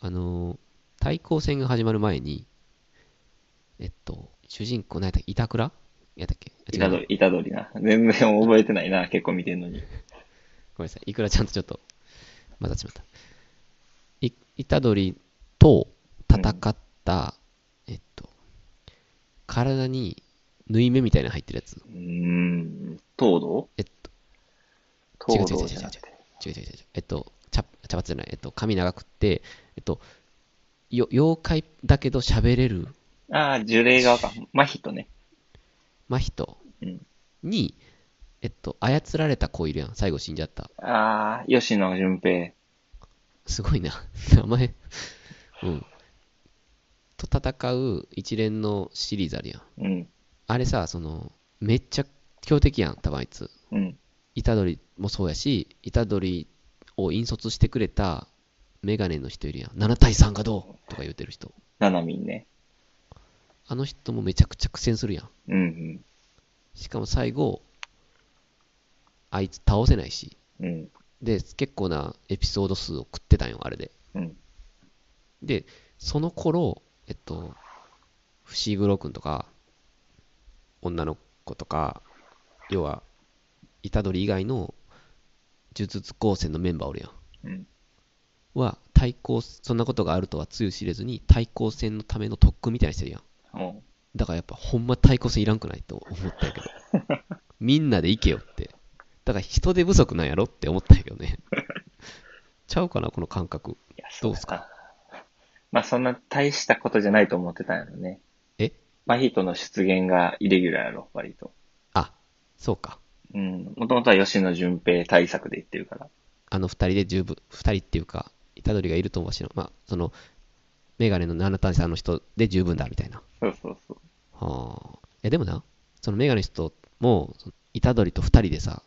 あのー対抗戦が始まる前に、えっと、主人公、何やったっけ板倉やったっけあ違板う取り、板取りな。全然覚えてないな、結構見てんのに。ごめんなさい。いくらちゃんとちょっと、またしまった。い、虎取と戦った、えっと、体に縫い目みたいなの入ってるやつ。うーん。東堂えっと、違う違東う違う違う堂違じゃうなくて。違う違う違う違う。えっと、茶、茶髪じゃない。えっと、髪長くって、えっと、よ、妖怪だけど喋れるああ、呪霊 側か。マヒトね。真人うん。に、えっと、操られた子いるやん。最後死んじゃった。ああ、吉野純平。すごいな。 名前。うん。と戦う一連のシリーズあるやん。うん。あれさ、その、めっちゃ強敵やん、多分あいつ。うん。虎杖もそうやし、虎杖を引率してくれたメガネの人いるやん。7対3がどうとか言うてる人。ななみんね。あの人もめちゃくちゃ苦戦するやん。うんしかも最後、あいつ倒せないし。うん。うん。で、結構なエピソード数を食ってたんよ、あれで。うん。で、その頃、えっと、伏黒くんとか、女の子とか、要は、虎杖以外の呪術高専のメンバーおるやん。うん。は、対抗、そんなことがあるとはつゆ知れずに、対抗戦のための特訓みたいにしてるやん。おうだからやっぱ、ほんま対抗戦いらんくないと思ったんやけど。みんなで行けよって。だから人手不足なんやろって思ったんやけどね。ちゃうかな、この感覚。いやどうすか まあそんな大したことじゃないと思ってたんやろね。えマヒトの出現がイレギュラーやろ、割と。あ、そうか。うん。もともとは吉野純平対策で言ってるから。あの二人で十分、二人っていうか、虎杖がいると思うしの、まあ、その、メガネの七谷さんの人で十分だ、みたいな。そうそうそう。はあ。いや、でもな、そのメガネの人も、その虎杖と二人でさ、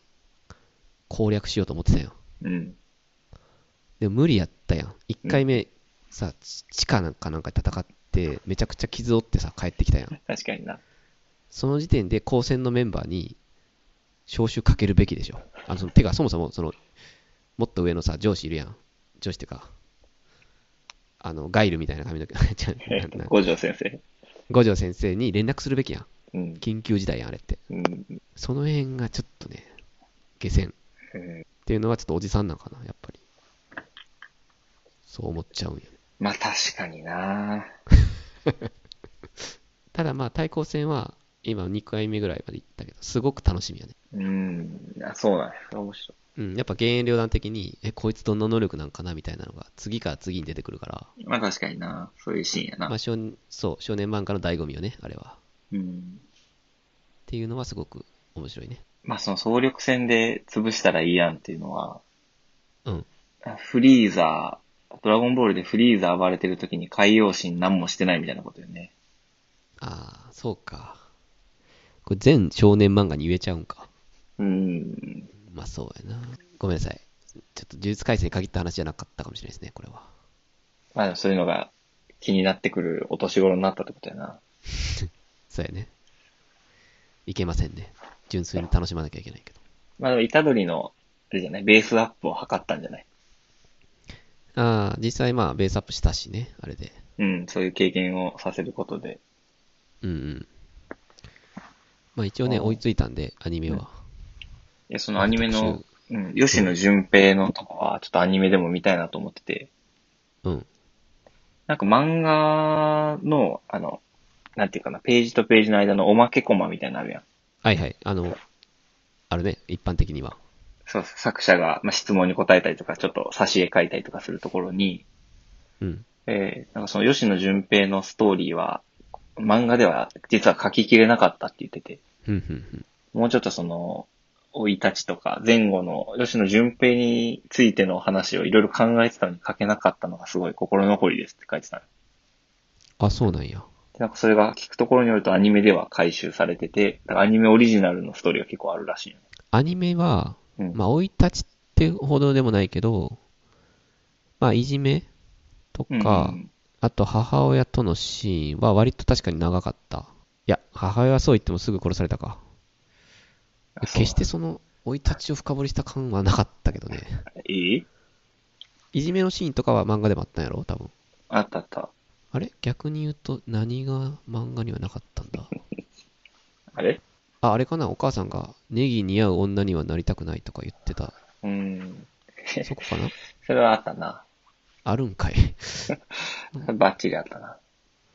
攻略しようと思ってたよ。うん。でも無理やったやん。一回目、さ、ち地下なんかなんかで戦って、めちゃくちゃ傷負ってさ、帰ってきたやん。確かにな。その時点で高専のメンバーに招集かけるべきでしょ。あのそのてか、そもそもその、もっと上のさ、上司いるやん。上司ってか、あの、ガイルみたいな髪の毛、 違うなな五条先生。五条先生に連絡するべきやん。うん。緊急事態やん、あれって。うん。その辺がちょっとね、下船っていうのはちょっとおじさんなんかな、やっぱり。そう思っちゃうんやね。まあ確かにな。ただまあ、対抗戦は、今2回目ぐらいまで行ったけど、すごく楽しみやね。うん。あそうなんや。それ面白い。うん、やっぱ減塩両断的に、え、こいつどんな能力なんかなみたいなのが、次から次に出てくるから、まあ確かにな。そういうシーンやな。まあ、少年そう、少年漫画の醍醐味よね、あれは。うん。っていうのはすごく面白いね。まあその総力戦で潰したらいいやんっていうのは、うん。フリーザー、ドラゴンボールでフリーザー暴れてる時に海洋神何もしてないみたいなことよね。ああ、そうか。これ全少年漫画に言えちゃうんか。うん。まあそうやな。ごめんなさい。ちょっと呪術改正に限った話じゃなかったかもしれないですね、これは。まあでもそういうのが気になってくるお年頃になったってことやな。そうやね。いけませんね。純粋に楽しまなきゃいけないけど。まあでも、イタドリの、あれじゃない、ベースアップを図ったんじゃないああ、実際まあ、ベースアップしたしね、あれで。うん、そういう経験をさせることで。うんうん。まあ一応ね、あー追いついたんで、アニメは。いや、そのアニメの、うん、吉野淳平のとかは、ちょっとアニメでも見たいなと思ってて、うん。なんか漫画の、あの、なんていうかな、ページとページの間のおまけコマみたいなのあるやん。はいはい。あの、あるね、一般的には。そうそう、作者が、まあ、質問に答えたりとか、ちょっと挿絵描いたりとかするところに、うん。えー、なんかその吉野淳平のストーリーは、漫画では実は書ききれなかったって言ってて、ふんふんふん。もうちょっとその、生い立ちとか、前後の吉野淳平についての話をいろいろ考えてたのに書けなかったのがすごい心残りですって書いてたの。あ、そうなんや。でなんかそれが聞くところによるとアニメでは回収されてて、だからアニメオリジナルのストーリーが結構あるらしいよね。アニメは、うん。まあ、生い立ちってほどでもないけど、まあ、いじめとうんか、あと母親とのシーンは割と確かに長かった。いや、母親はそう言ってもすぐ殺されたか。決してその生い立ちを深掘りした感はなかったけどね。いいいじめのシーンとかは漫画でもあったんやろ多分。あったあった。あれ逆に言うと何が漫画にはなかったんだあれあ、あれかなお母さんがネギ似合う女にはなりたくないとか言ってた。うん。そこかなそれはあったな。あるんかい。 バッチリあったな。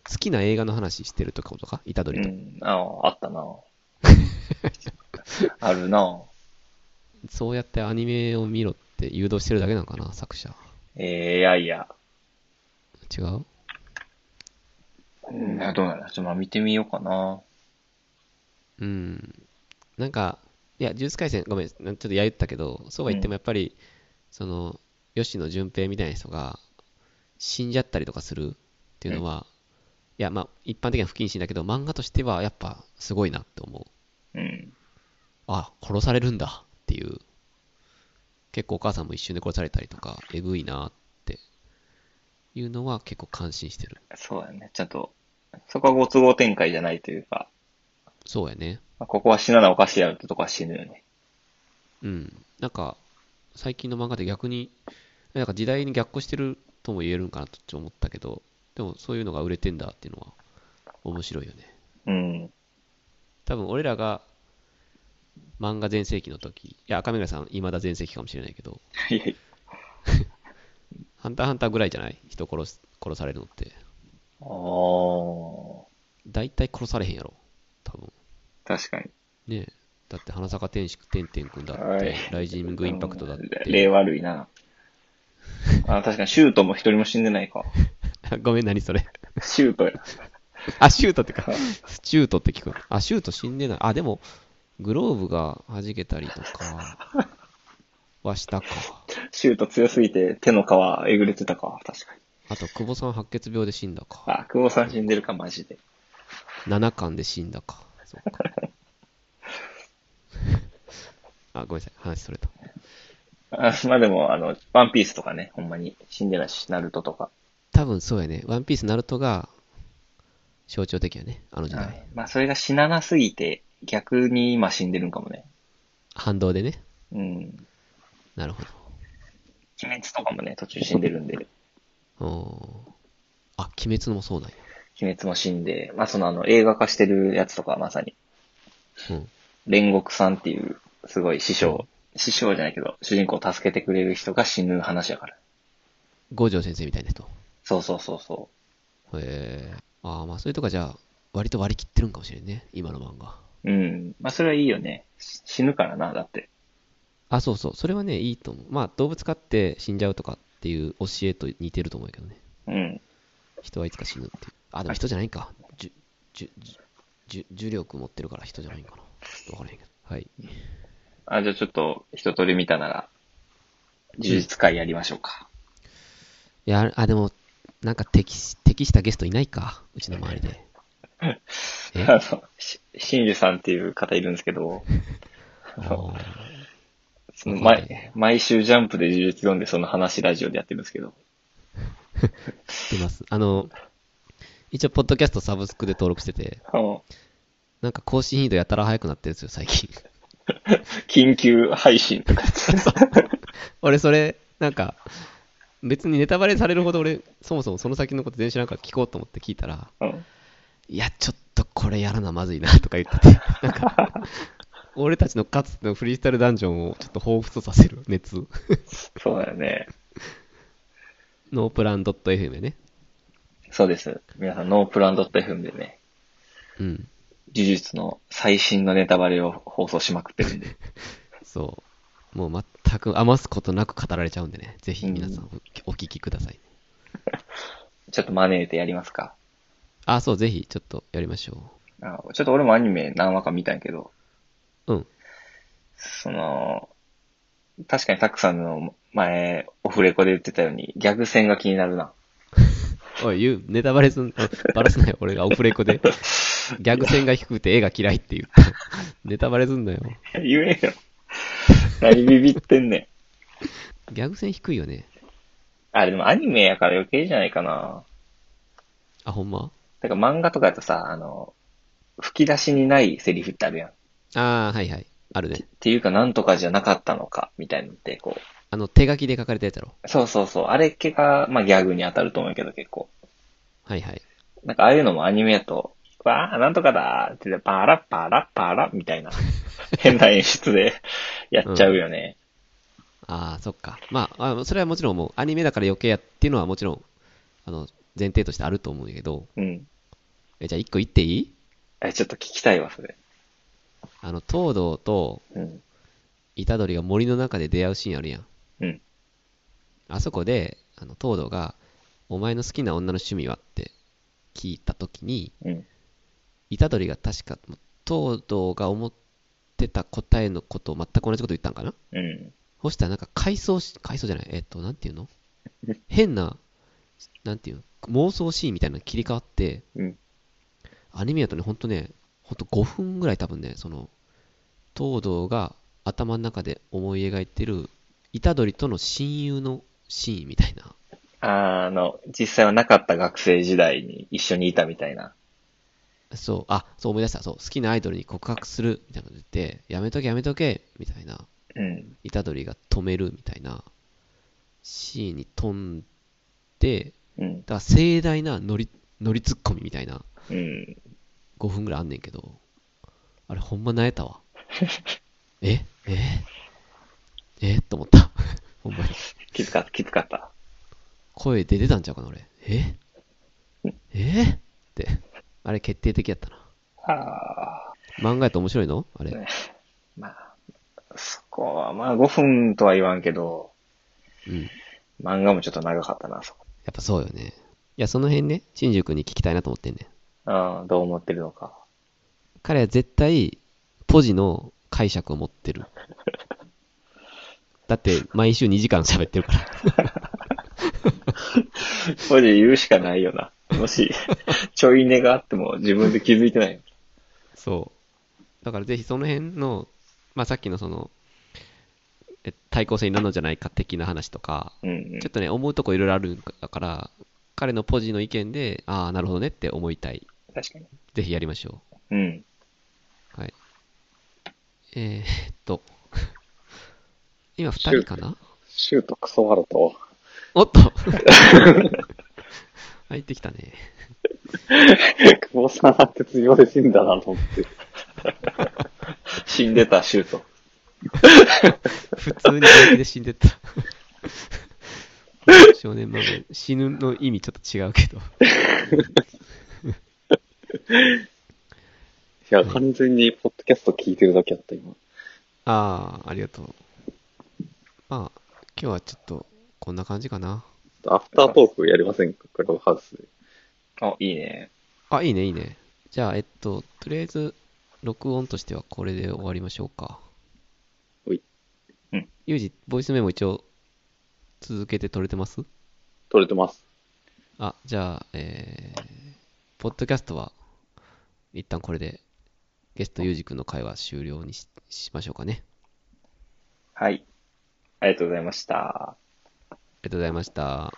好きな映画の話してるとかことかイタドうリと。ん。ああ、あったな。 あるな。そうやってアニメを見ろって誘導してるだけなのかな作者。ええいやいや。違ううん、どうなんだちょっとまあ見てみようかな。うん。なんか、いや、呪術廻戦、ごめん、ちょっとやゆったけど、そうは言ってもやっぱり、その、吉野純平みたいな人が死んじゃったりとかするっていうのは、いや、まあ、一般的には不謹慎だけど、漫画としてはやっぱすごいなって思う。うん。あ、殺されるんだっていう。結構お母さんも一瞬で殺されたりとか、えぐいなっていうのは結構感心してる。そうだね。ちゃんと、そこはご都合展開じゃないというか、そうやね。まあここは死ななおかしいやろってとこは死ぬよね。うん。なんか、最近の漫画で逆に、なんか時代に逆行してるとも言えるんかなとちょっと思ったけど、でもそういうのが売れてんだっていうのは面白いよね。うん。 多分俺らが漫画全盛期の時、いや、赤目さん未だ全盛期かもしれないけど、いやいやハンターハンターぐらいじゃない人殺す、殺されるのって。ああ、大体殺されへんやろ。多分。確かに。ねえ。だって花坂天使、天天君だっはてい、ライジングインパクトだっうん例て。悪いな。あ確かに、シュートも一人も死んでないか。 ごめん、何それ。シュートや。あ、シュートってか、シュートって聞く。あ、シュート死んでない。あ、でも、グローブが弾けたりとか、はしたか。シュート強すぎて手の皮えぐれてたか。確かに。あと、久保さん白血病で死んだか。あ、久保さん死んでるか、マジで。七巻で死んだか。そうか。あ、ごめんなさい。話それた。あまあでも、あの、ワンピースとかね、ほんまに死んでないし、ナルトとか。多分そうやね。ワンピース、ナルトが、象徴的やね。あの時代。まあそれが死ななすぎて、逆に今死んでるんかもね。反動でね。うん。なるほど。鬼滅とかもね、途中死んでるんで、おーあ、鬼滅のもそうなんや。鬼滅も死んで、まあそのあの、映画化してるやつとかはまさに、うん。煉獄さんっていう、すごい師匠、師匠じゃないけど、主人公を助けてくれる人が死ぬ話やから。五条先生みたいな人。そうそうそうそへえ。ああ、まあ、それとかじゃあ、割と割り切ってるんかもしれんね。今の漫画。う。うん。まあそれはいいよね。し死ぬからな、だって。あ、そうそう。それはね、いいと思う。まあ、動物飼って死んじゃうとかっていう教えと似てると思うけどね。うん。人はいつか死ぬっていう。あ、でも人じゃないんか。じゅ、じゅ、じゅじゅ、重力持ってるから人じゃないんかな。ちょっとわからへんけど。はい。あ、じゃあちょっと、一通り見たなら、呪術会やりましょうか。いや、あ、でも、なんか適し、適したゲストいないか。うちの周りで。えあの、し、しんじさんっていう方いるんですけど、あーそのわかんない毎、毎週ジャンプで呪術読んでその話ラジオでやってるんですけど、知ってます。あの、一応、ポッドキャストサブスクで登録してて、あの、なんか更新頻度やたら早くなってるんですよ、最近。 緊急配信とかやつ俺、それ、なんか、別にネタバレされるほど俺、そもそもその先のこと全然知らんから聞こうと思って聞いたら、うん。いや、ちょっとこれやらなまずいなとか言って て、なんか、俺たちのかつてのフリースタイルダンジョンをちょっと彷彿とさせる熱。そうだよね。ノープラン .fm ね。そうです。皆さん、ノープラン .fm でね、うん。呪術の最新のネタバレを放送しまくってるんで。そう。もう全く余すことなく語られちゃうんでね。ぜひ皆さんおお聞きください。ちょっと真似てやりますか。あ、そう、ぜひちょっとやりましょあちょっと俺もアニメ何話か見たんやけど、う。うん。その、確かにタックさんの前、オフレコで言ってたように、ギャグ戦が気になるな。 おい、言う、ネタバレすん、バラすなよ、俺がオフレコで。ギャグ線が低くて絵が嫌いって言った。ネタバレすんなよ。言えよ。何ビビってんねん。ギャグ線低いよね。あれでもアニメやから余計じゃないかな。あ、ほんまだから漫画とかやとさ、あの、吹き出しにないセリフってあるやん。っあー、はいはい。あるね。ていうか、なんとかじゃなかったのか、みたいなのって、こう。あの、手書きで書かれたやつやろ。そうそうそう。あれ系が、まあギャグに当たると思うけど結構。はいはい。なんかああいうのもアニメやと、わあ、なんとかだーって、パラパラパラみたいな、変な演出でやっちゃうよね。あー、そっか。まあ、あそれはもちろんもう、アニメだから余計やっていうのはもちろん、あの、前提としてあると思うんやけど、うん。え、じゃあ一個言っていいえ、ちょっと聞きたいわ、それ。あの、東堂とうん。虎杖が森の中で出会うシーンあるやん。うん。あそこで、あの、東堂が、お前の好きな女の趣味はって聞いたときに、うん。虎杖が確か、東堂が思ってた答えのことを全く同じこと言ったんかなうん。そしたらなんか回想し、回想じゃない、えっと、なんていうの 変な、なんていうの妄想シーンみたいなのに切り替わって、うん。アニメだとね、ほんとね、ほんと5分ぐらい多分ね、その、東堂が頭の中で思い描いてる、虎杖との親友のシーンみたいな。あの、実際はなかった学生時代に一緒にいたみたいな。そう、あ、そう思い出した、そう、好きなアイドルに告白する、みたいなこと言って、やめとけやめとけ、みたいな。うん。虎杖が止めるみたいなシーンに飛んで、うんだ。から盛大な乗り、乗りツッコミみたいなうん。 5分ぐらいあんねんけど、あれほんま萎えたわ。えええと思った。ほんまに。きつかった、きつかった。声出てたんちゃうかな、俺。ええって。あれ決定的やったな。ああ。漫画やと面白いのあれ。まあ、そこは、まあ5分とは言わんけど、うん。や漫画もちょっと長かったな、そこ。っぱそうよね。いや、その辺ね、新宿に聞きたいなと思ってんねん。うん、どう思ってるのか。彼は絶対ポジの解釈を持ってる。だって毎週2時間喋ってるから。当時言うしかないよな。もし、ちょい値があっても自分で気づいてない。そう。だからぜひその辺の、まあ、さっきのその、え対抗性になるのじゃないか的な話とか、うん、うんちょっ。とね、思うとこいろいろあるんだから、彼のポジの意見で、ああ、なるほどねって思いたい。確かに。ぜひやりましょうん。う。はい。えー、っと、 今2人かなシュートクソ腹と、おっと 入ってきたね。久保さんは鉄病で死んだなと思って。死んでたシュート。普通に病気で死んでった。 少年漫画、死ぬの意味ちょっと違うけど。いや、完全にポッドキャスト聞いてるだけだった、今。ああ、ありがとう。まあ、今日はちょっと、こんな感じかな。アフタートークやりませんかクラブハウスで。あ、いいね。あ、いいね、いいね。じゃあ、えっと、とりあえず、録音としてはこれで終わりましょうか。ほい。うん。ユージ、ボイスメモ一応、続けて取れてます撮れてます。あ、じゃあ、えー、ポッドキャストは、一旦これで、ゲストユージ君の会話終了にししましょうかね。はい。ありがとうございました。ありがとうございました。